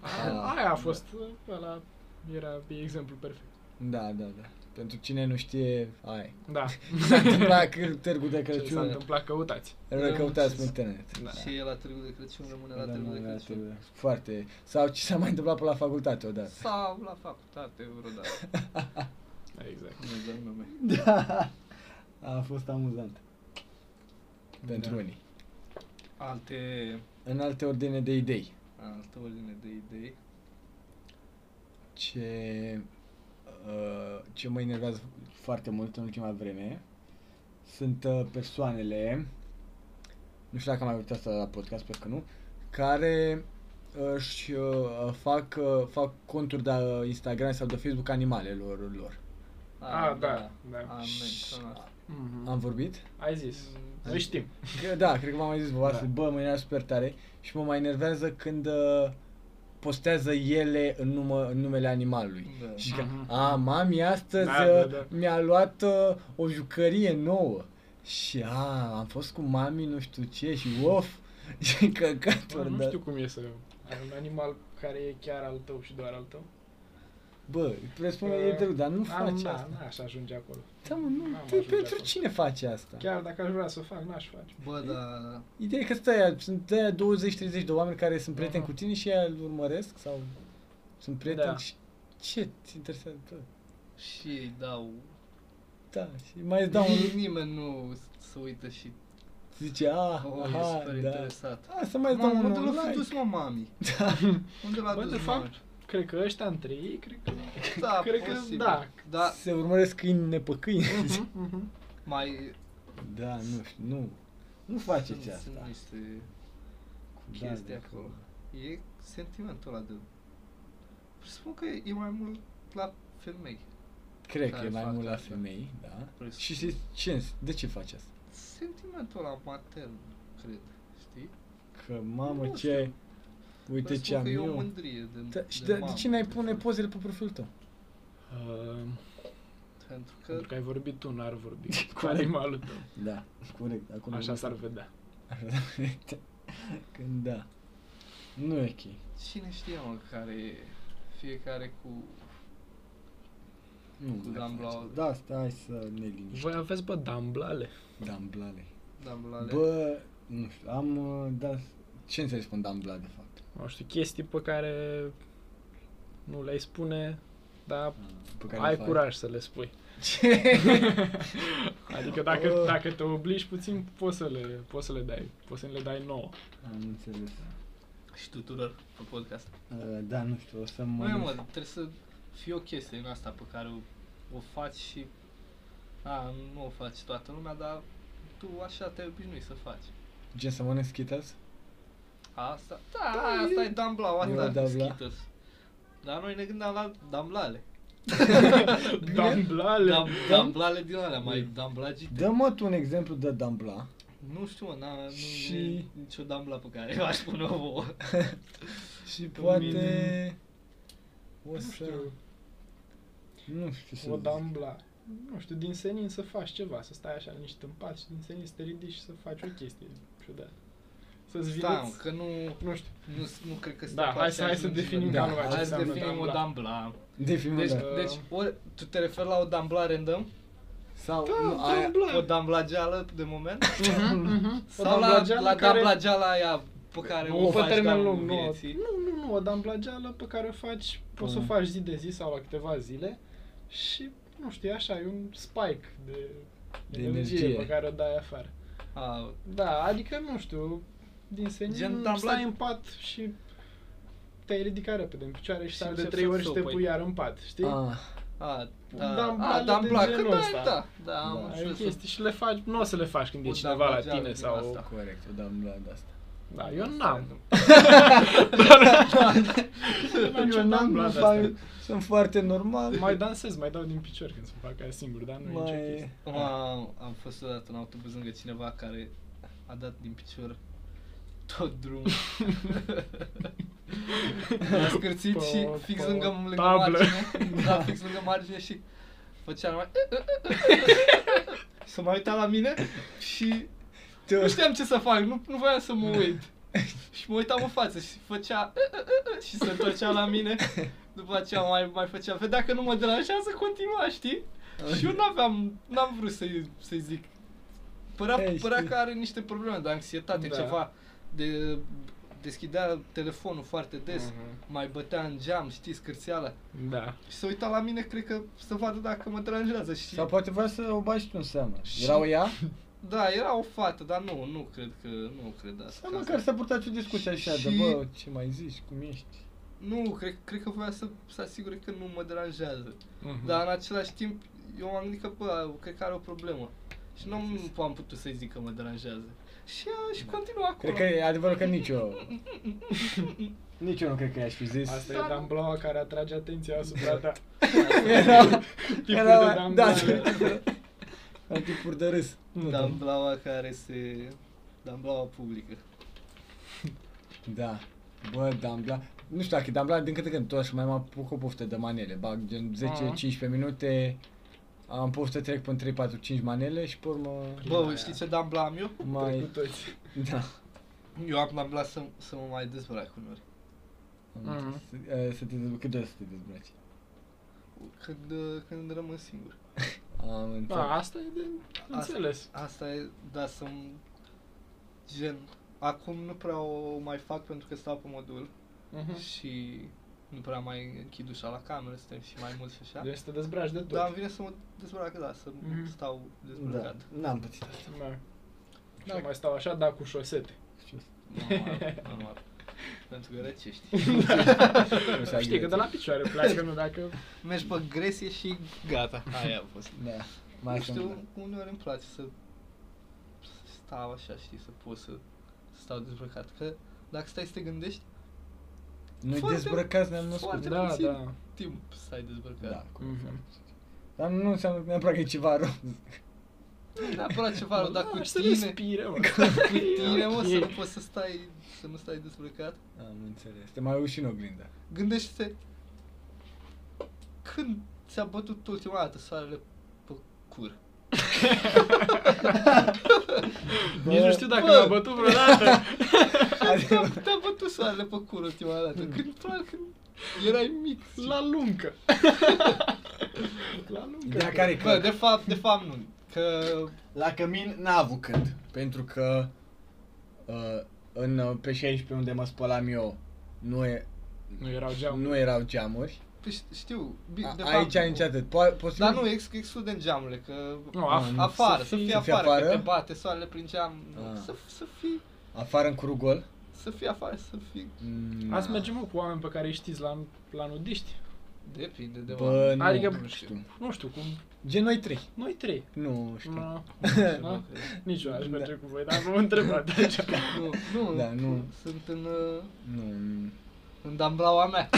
Ah,
Aia a
da.
fost, ăla era e exemplu perfect.
Da, da, da. Pentru cine nu știe, ai.
Da,
S-a întâmplat că târgul de
ce s-a
Crăciun,
întâmplat, căutați.
îl căutați pe
Rămâneți.
internet.
Da.
Și e la Târgul de Crăciun, rămâne la
Da,
Târgul
mă,
de
la
Crăciun.
târgul. Foarte. Sau ce s-a mai întâmplat pe la facultate odată.
Sau la facultate vreodată.
Exact.
Nu dau nume.
Da. A fost amuzant. Pentru
Da.
unii.
Alte,
În alte ordine de idei.
altă ordine de idei.
Ce, uh, ce mă enervează foarte mult în ultima vreme sunt uh, persoanele, nu știu dacă am mai uitat asta la podcast, sper că nu, care își uh, fac, uh, fac conturi de uh, Instagram sau de Facebook animalelor lor.
Ah, da, da.
Am
Și-
menționat.
Am vorbit?
Mhm. Ai zis.
Mm.
Nu știm.
Că, da, cred că v-am mai zis, bă,
Da.
da. bă, mă enervează super tare și mă mai enervează când uh, postează ele în, numă, în numele animalului.
Da.
Și că,
Mhm.
a, mami, astăzi
Da, da,
uh,
da.
mi-a luat uh, o jucărie nouă. Și, a, am fost cu mami, nu știu ce, și of, și
Bă,
căcaturi,
Nu
da.
știu cum e să ai un animal care e chiar al tău și doar al tău.
Bă, presupune e drăguț, dar nu
Am-
faci
na,
asta.
Na, aș ajunge acolo.
Da, mă, nu,
N-am
pe-
ajuns
pentru
acolo.
cine faci asta?
Chiar dacă aș vrea să o fac, n-aș face.
Bă, da,
Ideea e că stai, sunt aia 20-30 de oameni care sunt prieteni
Aha.
cu tine și aia îl urmăresc sau sunt prieteni
Da.
și ce ți interesează? Bă,
și ei dau.
da, și mai îți dau un...
Nimeni nu se uită și
Zice, ah,
oh, e
aha,
super
da.
interesat.
A, să mai îți dau
Mamă,
un
unde l-a
like.
dus, mă, mami?
Da.
Unde l-a
Bă,
dus,
de
mami?
fapt, cred că ăștia între ei, cred că...
Da,
cred
posibil.
că da.
Da,
Se urmăresc câini nepăcâini.
Mhm, mhm.
mai
da, nu știu, nu. Nu
sunt,
faceți
sunt
asta.
niște cu
Da,
chestii
dacă-
acolo. E sentimentul ăla de... Presupun că e mai mult la femei.
Cred că
Care
e mai
fac
mult la
asta.
femei, da.
Presupun.
Și știți ce? De ce faci asta?
Sentimentul ăla matern, cred. Știi?
Că, mamă,
Nu
ce...
știu.
Uite
Presupun
ce am
că e o
eu.
mândrie de,
Da, și
de,
de, de
mamă,
ce n-ai
de
pune
fapt.
pozele pe profilul tău?
Uh,
Pentru că
Pentru că ai vorbit tu, n-ar vorbi cu animalul tău.
Da, corect. Acum
Așa s-ar vedea.
Când da. Nu e ok.
cine știe, mă, care e fiecare cu...
Nu
Cu
mai
damblale.
facem. Da, stai să ne liniștim.
Voi aveți, bă, damblale.
Damblale.
Damblale.
Bă, nu știu, am, uh, da, ce înțelegi prin damblale de fapt?
Nu știu, chestii pe care nu le-ai spune, dar
Pe
care
care
Ah. ai
le faci?
curaj să le spui.
Ce?
Adică dacă,
Oh.
dacă te obligi puțin, poți să le, poți să le dai, poți să le dai nouă.
Am înțeles.
Și tuturor pe podcast.
Uh, Da, nu știu, o să mă...
Mă,
da.
mă, trebuie să fie o chestie în asta pe care o, o faci și... A, nu o faci toată lumea, dar tu așa te-ai obișnuit să faci.
Gen să mănânc Skittles?
Asta, da, asta e damblau,
E la
asta e
dambla.
Skittles. Dar noi ne gândeam la damblale.
Damblale!
Dam, damblale din alea, mai damblagite.
Dă mă tu un exemplu de dambla.
Nu știu, mă, n-am
Și-
și... nicio dambla pe care eu aș pune o vouă.
Și
Pe
poate...
mine-
O
Nu
să...
știu,
Nu știu ce
o
să zic.
dambla. Nu știu, din senin să faci ceva, să stai așa niște în pat și din senin să te ridici și să faci o chestie ciudată. Să-ți
Stai, mă,
vileți.
că nu...
Nu știu.
Nu, nu cred că se
Da, hai
poate
să- hai să
ajunge la
definim
dambla.
calma ce
Hai să
înseamnă
definim o
dambla.
dambla.
De filmul
Deci,
ăla.
da.
deci ori, tu te referi la o dambla random?
Sau...
Da,
nu, aia-
dambla.
O damblageală de moment?
O
Mhm, Sau la,
damblageală
la
care-
damblageala aia pe care
Nu,
o
pe
faci
termen
de-a
lung,
lungul
nu.
vieții?
Nu, nu, nu, o damblageală pe care o faci, poți să o
Mm.
faci zi de zi sau la câteva zile și, nu știu, e așa, e un spike de,
De
energie,
energie.
pe care o dai afară.
A,
Da, adică, nu știu, din senin
Gen
Gen
dambla-
stai în pat și te-ai ridicat repede în picioare și
Și
stai de
începi
trei
să
ori și te
sopăi.
pui iar în pat, știi?
Ah,
a, da,
Dambla
a,
de
dambla, că
genul
da,
ăsta.
da, da, am da,
Da,
Ai o
înțeles.
chestie și le faci, nu o să le faci când e
O
cineva la
damblageală
tine
din
sau...
asta.
corect, o dambla de asta.
Da, eu n-am.
Eu n-am, nu
astea.
fac, sunt foarte normal.
Mai dansez, mai dau din picior când se fac aia singur, dar nu e nicio
mai...
chestie.
Am, am fost odată în autobuz lângă cineva care a dat din picior tot drumul. a scârțit
Pe
și
o-
fix
pe
lângă,
o
lângă
tablă.
margine, da, fix lângă margine și făcea numai... să mai uita la mine și
Te
nu știam ce să fac, nu, nu voiam să mă uit. Și mă uitam în față și făcea "Ă, și se întorcea la mine. După aceea mai, mai făcea, vedea că nu mă deranjează, continua, știi? Și eu n-aveam, n-am vrut să-i, să zic. Părea,
Ei,
părea
știi.
că are niște probleme de anxietate,
Da.
ceva. De, deschidea telefonul foarte des,
Mhm.
mai bătea în geam, știi, scârțeala.
Da.
Și se uita la mine, cred că să vadă dacă mă deranjează. Și...
Sau poate vrea să o bagi tu în seamă.
Și-
Erau ea?
Da, era o fată, dar nu, nu cred că, nu cred asta.
Sau măcar să purtați o discuție așa de
Și-
bă, ce mai zici, cum ești?
Nu, cred, cred că voia să se asigure că nu mă deranjează.
Mhm.
Dar în același timp, eu m-am gândit că, bă, cred că are o problemă. Și nu am, am putut să-i zic că mă deranjează. Și, a, și continuă acolo.
Cred că e adevărul că nici eu... Nici eu nu cred că i-aș fi zis.
Asta
Da.
e damblaua care atrage atenția asupra ta.
Era,
Tipul de
era, da,
damblaua.
Am tipuri de râs.
Da. Damblaua care se... Damblaua publică.
Da. Bă, Dambla. Nu știu dacă Dambla din câte când tot așa mai mă apuc o poftă de manele. Bag gen 10-15 minute. Am poftă să trec până 3-4-5 manele și pe urmă...
Bă,
aia.
știi ce damblam eu?
Mai... Cu
Mai...
toți.
Da.
Eu am damblat să, să mă mai dezbrac unori.
Am
Mhm.
înțeles. Eh, Să te dezbraci. Cât de să te dezbraci?
Când, uh, când rămân singur.
Am
Da,
înțeles.
asta e de înțeles.
Asta e, da, să Gen, acum nu prea o mai fac pentru că stau pe modul.
Mhm.
și nu prea mai închid ușa la cameră, suntem și mai mulți și așa.
Deci să te dezbraci de tot.
Dar îmi vine să mă dezbrac, da, să
Mhm.
stau
Da,
dezbrăcat.
n-am pățit asta.
Da. Da. Mai stau așa, dar cu șosete.
Normal, normal. Pentru că răcești.
Nu s-a
Da. Știi că
gândit.
de la picioare pleacă, nu dacă...
Mergi pe gresie și gata, aia a fost.
Da. Mai
Nu
sunt-
știu, uneori îmi place să să stau așa, știi, să pot să să stau dezbrăcat. Că dacă stai să te gândești,
Noi
Foarte-
dezbrăcați ne-am născut.
foarte-
Da.
Da,
puțin.
da.
timp să stai dezbrăcat.
Da,
Da.
cum
Mhm.
Dar nu înseamnă neapărat că e ceva rău.
Nu neapărat ceva rău, dar
Da,
cu
să
tine,
respire, mă.
cu tine, mă, să nu
Ok.
poți să stai, să nu stai dezbrăcat.
Am înțeles. Te mai uiți și în oglinda.
Gândește-te când ți-a bătut ultima dată soarele pe cur.
Nici nu știu dacă
Bă.
m-a bătut vreodată.
Când
Adică- Mm.
te-a, te-a bătut soarele pe cur ultima dată. Când, probabil când erai mic.
La luncă. La luncă.
Ideea care e
Bă,
că
de fapt, de fapt nu. Că
la cămin n-a avut când. Pentru că uh, în, uh, pe 16 unde mă spălam eu nu, e,
Nu erau geamuri.
nu erau geamuri.
păi, ști- știu, bi-
A,
de
aici
fapt,
nici atât. Po- posibil...
Dar nu, ex, excludem geamurile, că
Nu,
Ah,
af-
nu.
afară,
Să
să
fii-
fii,
să fii
afară,
afară?
că te bate soarele prin geam,
Ah.
să, să fii,
Afară în curugol.
să fii afară, să fii,
Mm,
Azi mergem mă, cu oameni pe care îi știți la, la nudiști.
depinde de
Bă, nu,
Adică-
nu știu.
Nu știu, cum
Gen noi trei.
noi trei.
Nu știu.
Nu,
oameni.
nici eu aș
Da.
merge cu voi, dar nu mă întrebat aici.
Nu, nu,
Da, nu.
sunt în, uh,
Nu, nu.
în damblaua mea.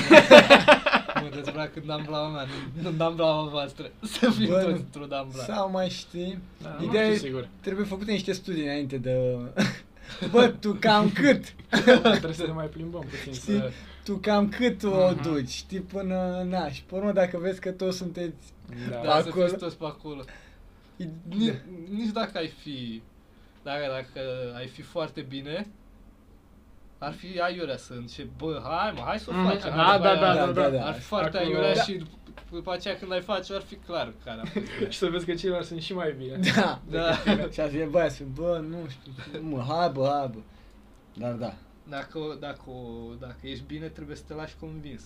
mă dezbrac în damblaua mea, nu în damblaua voastră. Să fim
Bă,
toți
nu.
într-o dambla.
Sau mai știi.
Da, nu
Ideea
știu
e,
sigur.
trebuie făcute niște studii înainte de... Bă, tu cam cât?
Trebuie să ne mai plimbăm puțin.
Știi?
Să...
Tu cam cât o
Mhm.
duci? Știi, până... Na, și pe urmă, dacă vezi că toți sunteți...
Da,
Da.
să
acolo.
fiți toți pe acolo. Nici,
Da.
nici dacă ai fi, dacă, dacă ai fi foarte bine, ar fi aiurea să începi, bă, hai mă, hai să o
Mhm,
facem.
da,
După
da,
aia-
da,
da,
da, da.
Ar fi foarte
Acolo-
aiurea
Da.
și dup- după aceea când ai face, ar fi clar care a fost.
Și să vezi că ceilalți sunt și mai bine.
Da.
Da.
Și azi e băia, spune, bă, nu știu, mă, hai bă, hai bă. Dar da,
Dacă, o- dacă, o- dacă ești bine, trebuie să te lași convins.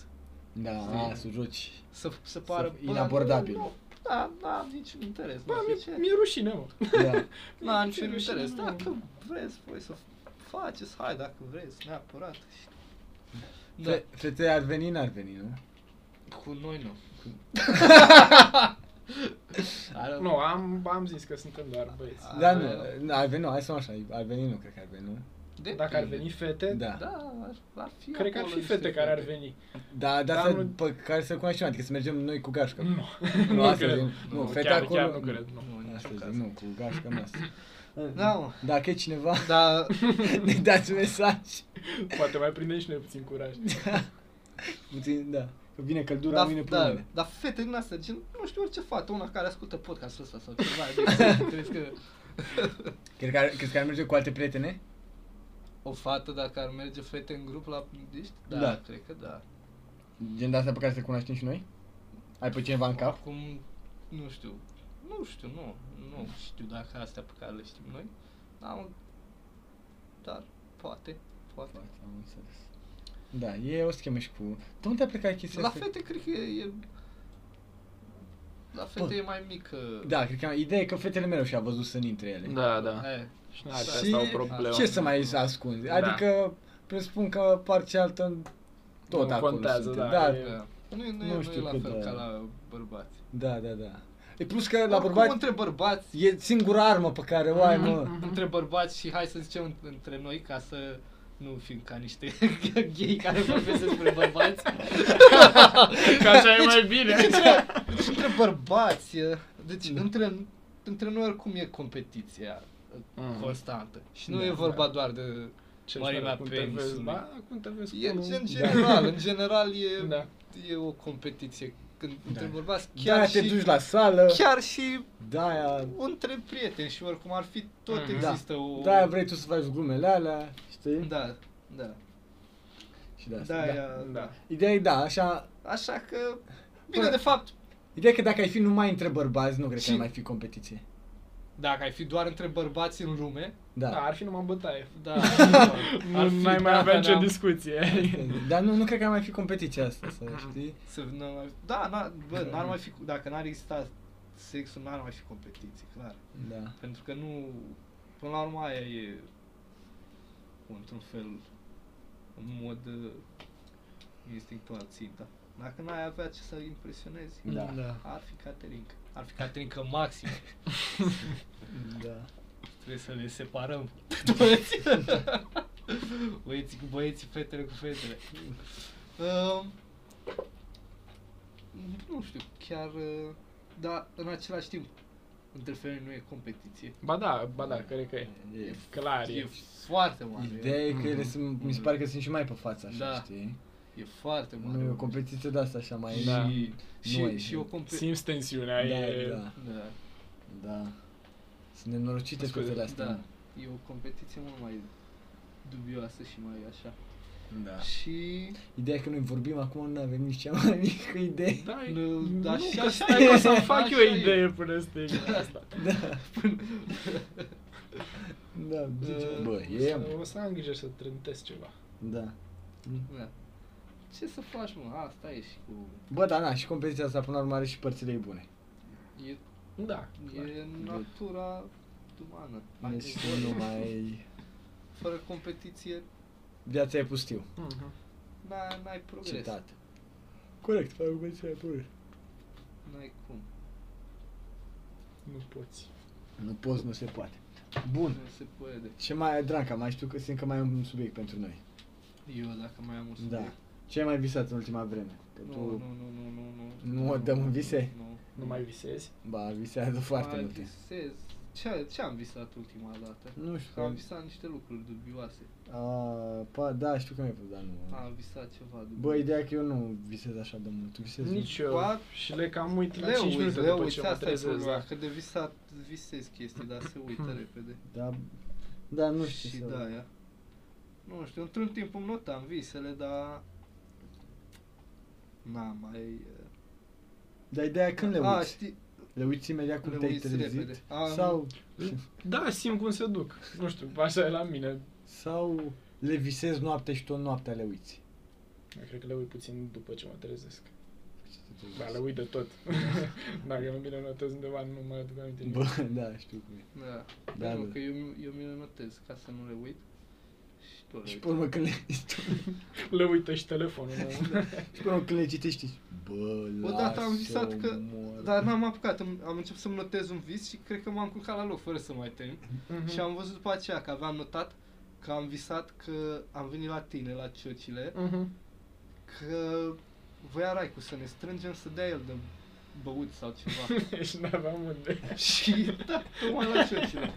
da, a, să joci.
Să, să pară...
fie inabordabil.
Nu, nu, da, nu am niciun interes.
Bă,
nu știu
mi-e,
ce.
mi-e rușine, mă.
Da.
Nu am niciun
mi-e rușine,
interes.
nu.
Dacă vreți voi să faceți, hai dacă vreți, neapărat. Și- Da,
Fe- Fete ar veni, n-ar veni, nu?
cu noi nu. Are-
Nu, am, am zis că suntem doar băieți.
Ar-
Da, nu, n- ar veni, nu, hai să luăm așa, ar veni, nu, cred că ar veni, nu?
Depinde.
Dacă ar veni fete,
Da.
Da, ar, ar fi
cred că ar
acolo
fi
niște
fete care ar veni.
Da, dar
Dar Mm.
să,
nu-
pe care să cunoaștem, adică să mergem noi cu gașca.
Nu,
Nu,
nu,
asta
cred.
zic. Nu,
Nu,
fete
chiar,
acolo-
chiar nu cred. Nu.
Nu, în
Asta
niciun
zic,
caz.
nu, cu gașca noastră.
Mm.
Da, mă.
Dacă e cineva,
Dar
ne dați mesaj.
Poate mai prindem și noi puțin curaj.
Puțin, da. Că vine căldura,
da,
mâine
da,
ploaie.
dar fete din astea, gen, nu știu orice fată, una care ascultă podcastul ăsta sau ceva, adică, crezi că
Cred că, ar, crezi că ar merge cu alte prietene?
o fată dacă ar merge fete în grup la plindiști? Da,
Da.
cred că da.
Gen de asta pe care să cunoaștem și noi? Ai pe cineva în cap?
Acum, nu știu, nu știu, nu, nu știu dacă astea pe care le știm noi, dar, dar poate, poate.
Am înțeles. Da, e o schemă și cu... De unde a plecat chestia
La
asta?
fete cred că e... La fete
Bă.
e mai mică.
Da, cred că am... ideea e că fetele mereu și-a văzut să între ele.
Da, da.
E,
Și n-ar fi asta o problemă.
ce să mai ascunzi?
Da.
Adică, presupun că partea altă tot
Nu
acolo
contează,
sunt.
da,
da,
e-
da. Nu, e- nu,
Nu
nu, nu e
știu
la
cât
fel
de-
ca la bărbați.
da, da, da. E plus că la
Oricum,
bărbați
între bărbați,
e singura armă pe care o ai, mă.
Mhm.
între bărbați și hai să zicem în- între noi ca să nu fim ca niște gay care vorbesc despre bărbați.
Că așa e mai bine.
Deci între bărbați, deci
Da.
între, între noi oricum e competiția
Mm.
constantă. Și nu
Da,
e vorba
da.
doar de...
Ce
Mărimea
cum te
penisului.
vezi, ba, cum te vezi
E,
cu
da.
în
unul.
general, în general e,
Da.
e o competiție. Când între
Da.
bărbați,
Da,
chiar
te
și,
duci la sală,
chiar și
da,
între prieteni și oricum ar fi, tot
Mhm.
Da.
există o...
da, vrei tu să faci glumele alea, știi?
Da, da.
Și de asta,
Da,
da.
ea-
Da.
Ideea e, da, așa,
Așa că, bine,
Bă.
de fapt,
ideea e că dacă ai fi numai între bărbați, nu cred că
Și-
ar mai fi competiție.
dacă ai fi doar între bărbați în lume,
Da.
Da, ar fi numai bătaie.
da,
Nu mai mai avea nicio discuție.
Dar nu, nu cred că ar mai fi competiția asta, să știi?
Să, n-ar mai- da, n-ar, bă, n-ar mai fi, dacă n-ar exista sexul, n-ar mai fi competiții, clar.
Da.
Pentru că nu, până la urmă aia e, într-un fel, în mod uh, instinctual ținta. Dacă n-ai avea ce să impresionezi,
Da.
ar fi Catering. Ar fi Catering maxim.
Da.
Trebuie să le separăm pe toți. băieții cu băieții, fetele cu fetele. Um, nu știu, chiar... uh, Dar în același timp, între femei nu e competiție.
Ba da, ba da, cred că e.
E,
Clar
E
e.
foarte mare.
ideea e că ele
Mhm.
sunt, mi se pare că sunt și mai pe față, așa,
Da.
știi?
E foarte mare.
Nu e o competiție de asta, așa, mai...
Da.
Și,
Nu
și,
e.
și o competiție.
Simți tensiunea, e...
da, da,
Da,
da. Sunt nenorocite
Scuze,
fetele astea.
da. E o competiție mult mai dubioasă și mai așa.
da.
Și...
Ideea e că noi vorbim acum, nu avem nici cea mai mică idee.
Da, e-
Nu,
nu,
așa
că
e.
stai că o să-mi fac
Așa
eu o
e.
idee până să termin asta.
Da. Da,
zice-
Bă,
O să-
e...
O să am grijă să trântesc ceva.
Da.
Da. Ce să faci, mă? Asta e și cu...
Bă, da, na, și competiția asta până la urmă are și părțile ei bune.
E,
Da, clar.
e natura umană.
Deci
Adevărul.
nu mai...
Fără competiție,
Viața e pustiu.
Mhm.
n-ai, n-ai progres.
Citat. Corect, fără competiția e bune.
N-ai cum.
Nu poți.
Nu poți, nu se poate. Bun.
Nu se poate.
Ce mai, Dranca, mai știu că simt că mai ai un subiect pentru noi.
Eu dacă mai am un subiect.
Da. Ce ai mai visat în ultima vreme? Că
Nu,
tu,
nu, nu, nu, nu, nu.
Nu o dăm în vise?
Nu.
Nu mai visezi?
ba, visează foarte
Mai
multe.
Visez. Ce, ce am visat ultima dată?
Nu
Că
știu.
am visat niște lucruri dubioase.
A, pa, da, știu că mi-ai pus, dar nu.
Am visat ceva dubios.
Bă, ideea e că eu nu visez așa de mult. Tu visezi?
Nici
Ba-
eu. Și le cam uit la
le
5
uiți,
minute
le
după
uiți,
ce mă
asta e
trezesc. da.
problema, că de visat visez chestii, dar se uită repede.
Da, da, nu știu.
și
să-
da, ea. Nu știu, într-un timp îmi notam visele, dar... N-am mai... eh,
Dar ideea e când le
A,
uiți?
știi,
Le uiți imediat cum
le
te-ai
uiți
trezit?
repede. Am,
Sau,
Da, simt cum se duc. Nu știu, așa e la mine.
sau le visezi noapte și tot noaptea le uiți?
Eu cred că le uit puțin după ce mă trezesc. Da, le uit de tot. Dacă nu bine notez undeva, nu mai aduc aminte nimic.
Bă, da, știu cum e.
Da,
Da,
da, nu,
da.
că eu, eu mi le notez ca să nu le uit. Și tot le
Și
uit.
pe urmă când le, și
Le uită și telefonul meu.
pe urmă când le citești, știi, bă,
Odată am
lasă-o,
visat că-
mor.
Dar n-am apucat, am, am început să-mi notez un vis și cred că m-am culcat la loc fără să mai tem.
Mhm.
Și am văzut după aceea că aveam notat că am visat că am venit la tine, la ciucile,
Mm.
Uh-huh.
că voia Raicu să ne strângem să dea el de băut sau ceva.
și n-aveam unde.
și da, tocmai la ciucile.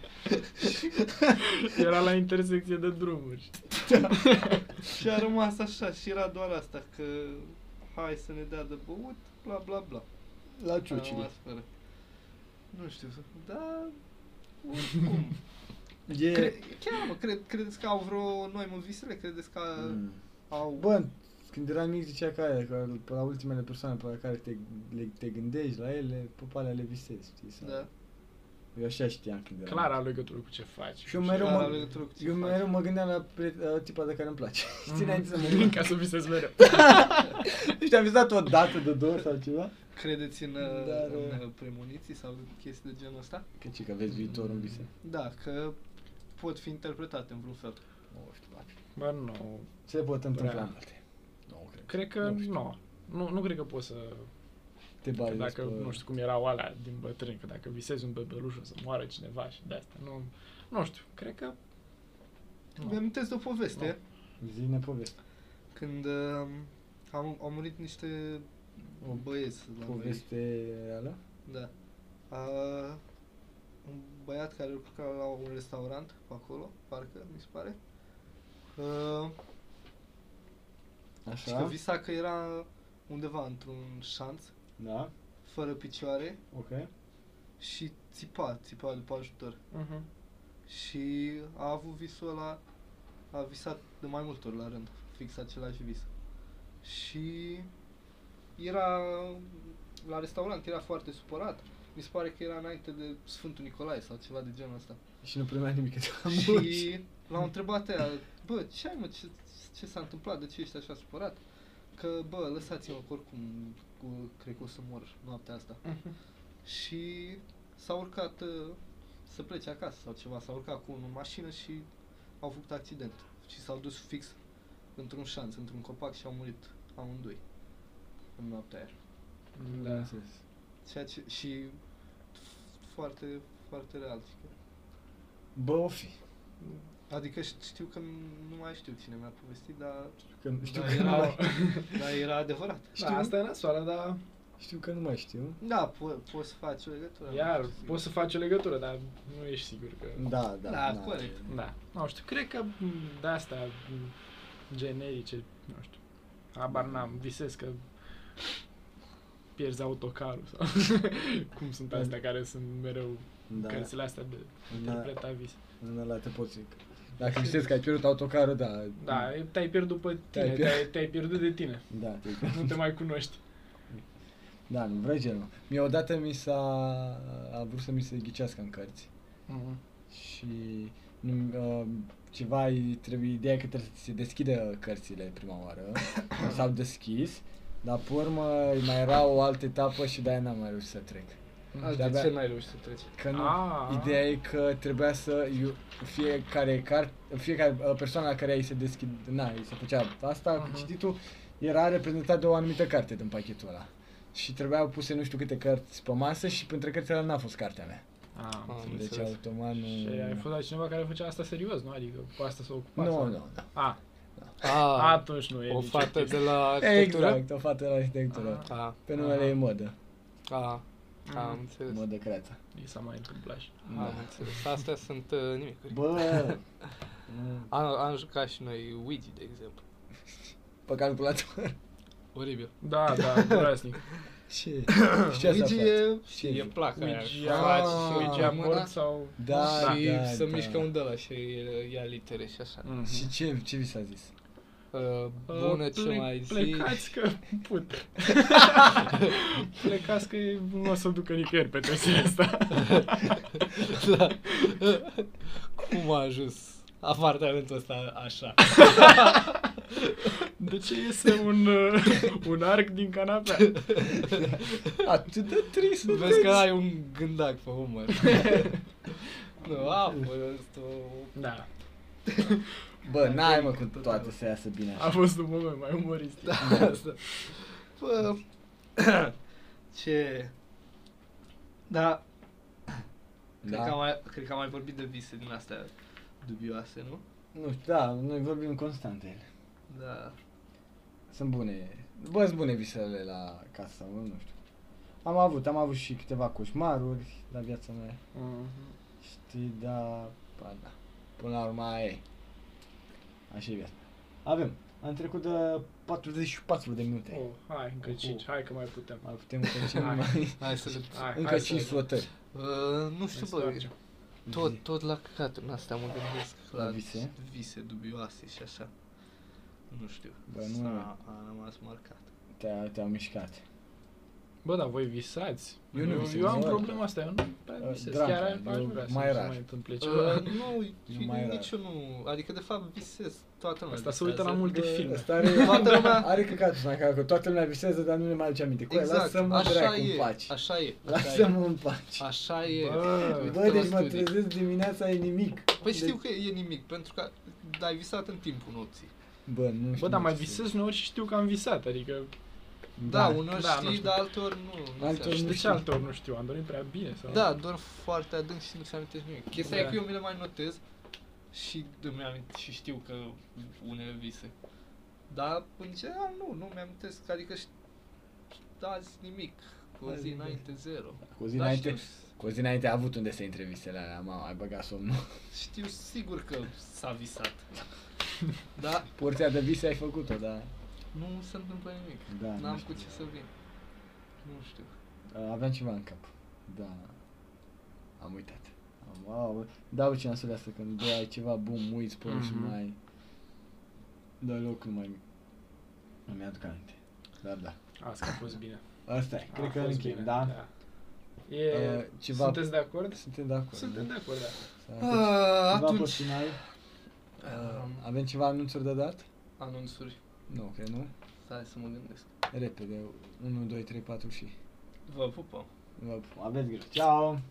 Era la intersecție de drumuri.
Și a rămas așa și era doar asta că hai să ne dea de băut, bla bla bla.
La
A
ciucile.
rămas fără. Nu știu, da, oricum.
E...
Cre- chiar mă, cred, credeți că au vreo noi în visele? Credeți că
Mm.
au...
Bă, când eram mic zicea că aia, că pe la ultimele persoane pe care te, le, te gândești la ele, pe pe alea le visezi, știi? Sau...
da.
Eu așa știam când eram.
Clar
mic.
are legătură cu ce faci.
Da. Și eu mereu,
Clar
mă,
are legătură cu ce
eu
faci.
mereu mă gândeam la pre- la tipa de care îmi place. Știi, înainte să mă
Mhm.
gând.
Ca să visez mereu.
Și te-am vizat o dată de două ori sau ceva?
Credeți în, uh,
Dar,
în
uh,
uh, premoniții sau în chestii de genul ăsta?
Că ce, că vezi viitorul în vise?
Mm.
Da, că pot fi interpretate în vreun fel.
Nu știu, poate.
Bă, nu.
Se pot întâmpla
Prea.
multe. Nu, cred.
Cred că
Nu știu.
nu. Nu, nu cred că poți să...
Te
Că
bagi
dacă,
pe-
nu știu cum erau alea din bătrâni, că dacă visezi un bebeluș o să moară cineva și de asta. Nu, nu știu, cred că...
No. Mi-am de o poveste.
Nu.
Zi-ne poveste.
Când uh, am, au murit niște
O
băieți. la noi.
Poveste reală?
Da. Uh, un băiat care lucra la un restaurant pe acolo, parcă, mi se pare. Uh, și că
Așa?
visa că era undeva într-un șanț,
Da,
fără picioare
ok.
și țipa, țipa după ajutor.
Uh-huh.
Și a avut visul ăla, a visat de mai multe ori la rând, fix același vis. Și era la restaurant, era foarte supărat. Mi se pare că era înainte de Sfântul Nicolae sau ceva de genul ăsta.
Și nu primea nimic de la
și l-au întrebat aia, bă, ce ai mă, ce, ce s-a întâmplat, de ce ești așa supărat? Că, bă, lăsați-mă, că oricum, cu, cred că o să mor noaptea asta.
Mhm.
Și s-a urcat uh, să plece acasă sau ceva, s-a urcat cu o mașină și au făcut accident. Și s-au dus fix într-un șanț, într-un copac și au murit amândoi în noaptea aia.
Da.
Ceea ce, și f- foarte, foarte real. Adică,
Bă, o fi.
adică ș- știu că nu mai știu cine mi-a povestit, dar,
Știu că, știu
Da,
că nu
era-
mai,
dar era adevărat.
Știu.
Da, asta e nasoală, dar
știu că nu mai știu.
Da, po- poți să faci o legătură.
iar
nu știu,
poți să faci o legătură, dar nu ești sigur că...
Da, da.
Da,
na.
corect.
Da, nu știu, cred că mm, m, de-astea m, generice, nu știu, habar n-am, visez că pierzi autocarul sau cum sunt astea care sunt mereu da.
Da.
cărțile astea de
Da,
interpreta vis.
da, la te pot zic. Dacă știți că ai pierdut autocarul, da.
Da, e- te-ai pierdut pe tine,
pierd-
te-ai, te-ai pierdut de tine,
Da, te
nu te mai cunoști.
Da, nu vrei genul. Mie odată mi s-a... a vrut să mi se ghicească în cărți. Mm-hmm. Și nu, uh, ceva e- trebuie, ideea e că trebuie să se deschidă cărțile prima oară. S-au deschis, dar pe urmă mai era o altă etapă și de-aia n-am mai reușit să trec.
Azi, de
de-abia-
ce n-ai reușit să treci?
Că nu,
Ah.
ideea e că trebuia să eu, fiecare, car, fiecare uh, persoană la care îi se deschid, na, îi se făcea asta cu
Mhm.
cititul, era reprezentat de o anumită carte din pachetul ăla. Și trebuiau puse nu știu câte cărți pe masă și printre cărțile n-a fost cartea mea.
Ah, am
Am
înțeles.
Deci automat nu...
Și ai fost la cineva care făcea asta serios, nu? Adică cu asta s-a ocupat.
Nu,
sau-
nu, nu.
A,
A,
atunci nu e
Ah, o
nicio
fată de
chestie.
la arhitectură?
Exact, o fată la arhitectură.
Ah.
A,
Pe numele
Ah.
ei Modă.
a, a, ah, am
Mhm.
înțeles.
Modă Creața.
I s-a mai întâmplat și...
Am înțeles. Astea sunt uh, nimicuri.
Bă!
Am, am jucat și noi Ouija, de exemplu.
Pe calculator.
Oribil.
Da, da, groaznic.
Ah, Și și ce s-a
Luigi
aflat?
e
Ce
E placa aia.
Ouija,
Faci
Ouija
Ouija mâna
board sau...
Da,
și
da,
să
da.
mișcă un de ăla și e- ia litere și așa.
Mhm.
Și ce, ce vi s-a zis?
Uh, bună, ce
Ple-
mai zici?
Plecați că put. plecați că nu o să ducă nicăieri pe chestia asta.
da. Cum a ajuns apartamentul ăsta așa?
De ce iese un, uh, un arc din canapea?
Atât de trist, mă,
Vezi că ai un gândac pe umăr. nu,
Ah, păi,
apă, ăsta...
Da,
Bă, n-ai mă cu toate să iasă bine
a
așa.
fost un moment mai umorist. Da.
asta. Bă, ce... Da, Cred, că am
Da?
mai, cred că am mai vorbit de vise din astea dubioase, nu?
Nu știu, da, noi vorbim constant de ele.
Da.
Sunt bune. Bă, sunt bune visele la casa, mă, nu știu. Am avut, am avut și câteva coșmaruri la viața mea.
Mhm.
Știi, da, ba, da. Până la urmă aia e. Așa e viața. Avem. Am trecut de 44 de minute.
Oh, hai, încă
Oh.
5, hai că mai putem.
Mai putem continua
Hai.
mai...
Hai să le...
Hai,
Încă
hai
5
să...
flotări.
Uh, nu știu,
să
bă,
ajungem.
tot, tot la căcatul în astea mă gândesc.
La vise?
Vise dubioase și așa. Nu știu.
Bă, nu.
S-a- A rămas marcat.
Te-a, te-au mișcat.
Bă, dar voi visați.
Eu nu
eu,
visez,
eu am
doar că-
problema asta, eu nu prea
Uh,
visez.
dracu,
Chiar aș
eu
vrea să
mai
mi se
rar.
mai întâmple ceva.
Uh, nu,
Nu mai era.
nici eu nu... Adică, de fapt, visez toată lumea.
Asta se uită la
visează.
multe
Bă,
filme.
Asta are,
Toată lumea-
are căcatul ăsta în cap, că toată lumea visează, dar nu ne mai aduce aminte. Cu exact.
Exact,
lasă-mă
așa
dracu în
e,
pace.
așa e, așa e.
Lasă-mă în pace.
Așa e.
Bă.
Uite
Bă,
la
deci mă
studii.
trezesc dimineața, e nimic.
Păi
De-
știu că e nimic, pentru că ai visat în timpul nopții.
Deci- Bă, nu știu.
Bă, dar mai
ce să zic.
visez uneori și știu că am visat, adică...
Da, uneori
da, nu
știi,
știu.
dar alteori nu. nu
Alteori
ți-am-
Și de ce
știu.
altor nu știu, am dormit prea bine sau...
Da, dorm foarte adânc și nu-ți amintești nimic. Chestia e
Da.
că eu mi le mai notez și îmi amint- și știu că unele vise. Dar în general nu, nu mi-amintesc, adică ș- azi nimic, cu o
Azi
zi
nimic.
înainte zero.
Cu o zi
Dar
înainte,
da, știu,
cu o zi înainte a avut unde să intre visele alea, mama, ai băgat somnul.
știu sigur că s-a visat. Dar
Porția de vise ai făcut-o, da.
nu se întâmplă nimic.
Da, nu
N-am
știu. Uh,
cu ce să vin. Nu știu.
Aveam ceva în cap. Da. Am uitat. Am, wow. Dau ce nasul asta când dai ai ceva bun, uiți pe mm-hmm. și
Mhm.
mai... Dai loc nu mai... Nu mi-aduc aminte. Dar da.
Asta a fost bine.
Asta e, cred
a
că
Ah, fost
încheiem, da? da.
E,
Uh, ceva-
Sunteți de acord?
Suntem de acord.
Suntem de acord, da.
da?
Ah,
Ceva pe
atunci,
final?
Um,
Avem ceva anunțuri de dat?
anunțuri.
Nu, cred nu.
Stai să mă gândesc.
Repede. 1, 2, 3, 4 și...
Vă pupăm.
Vă pup. Aveți grijă. Ciao!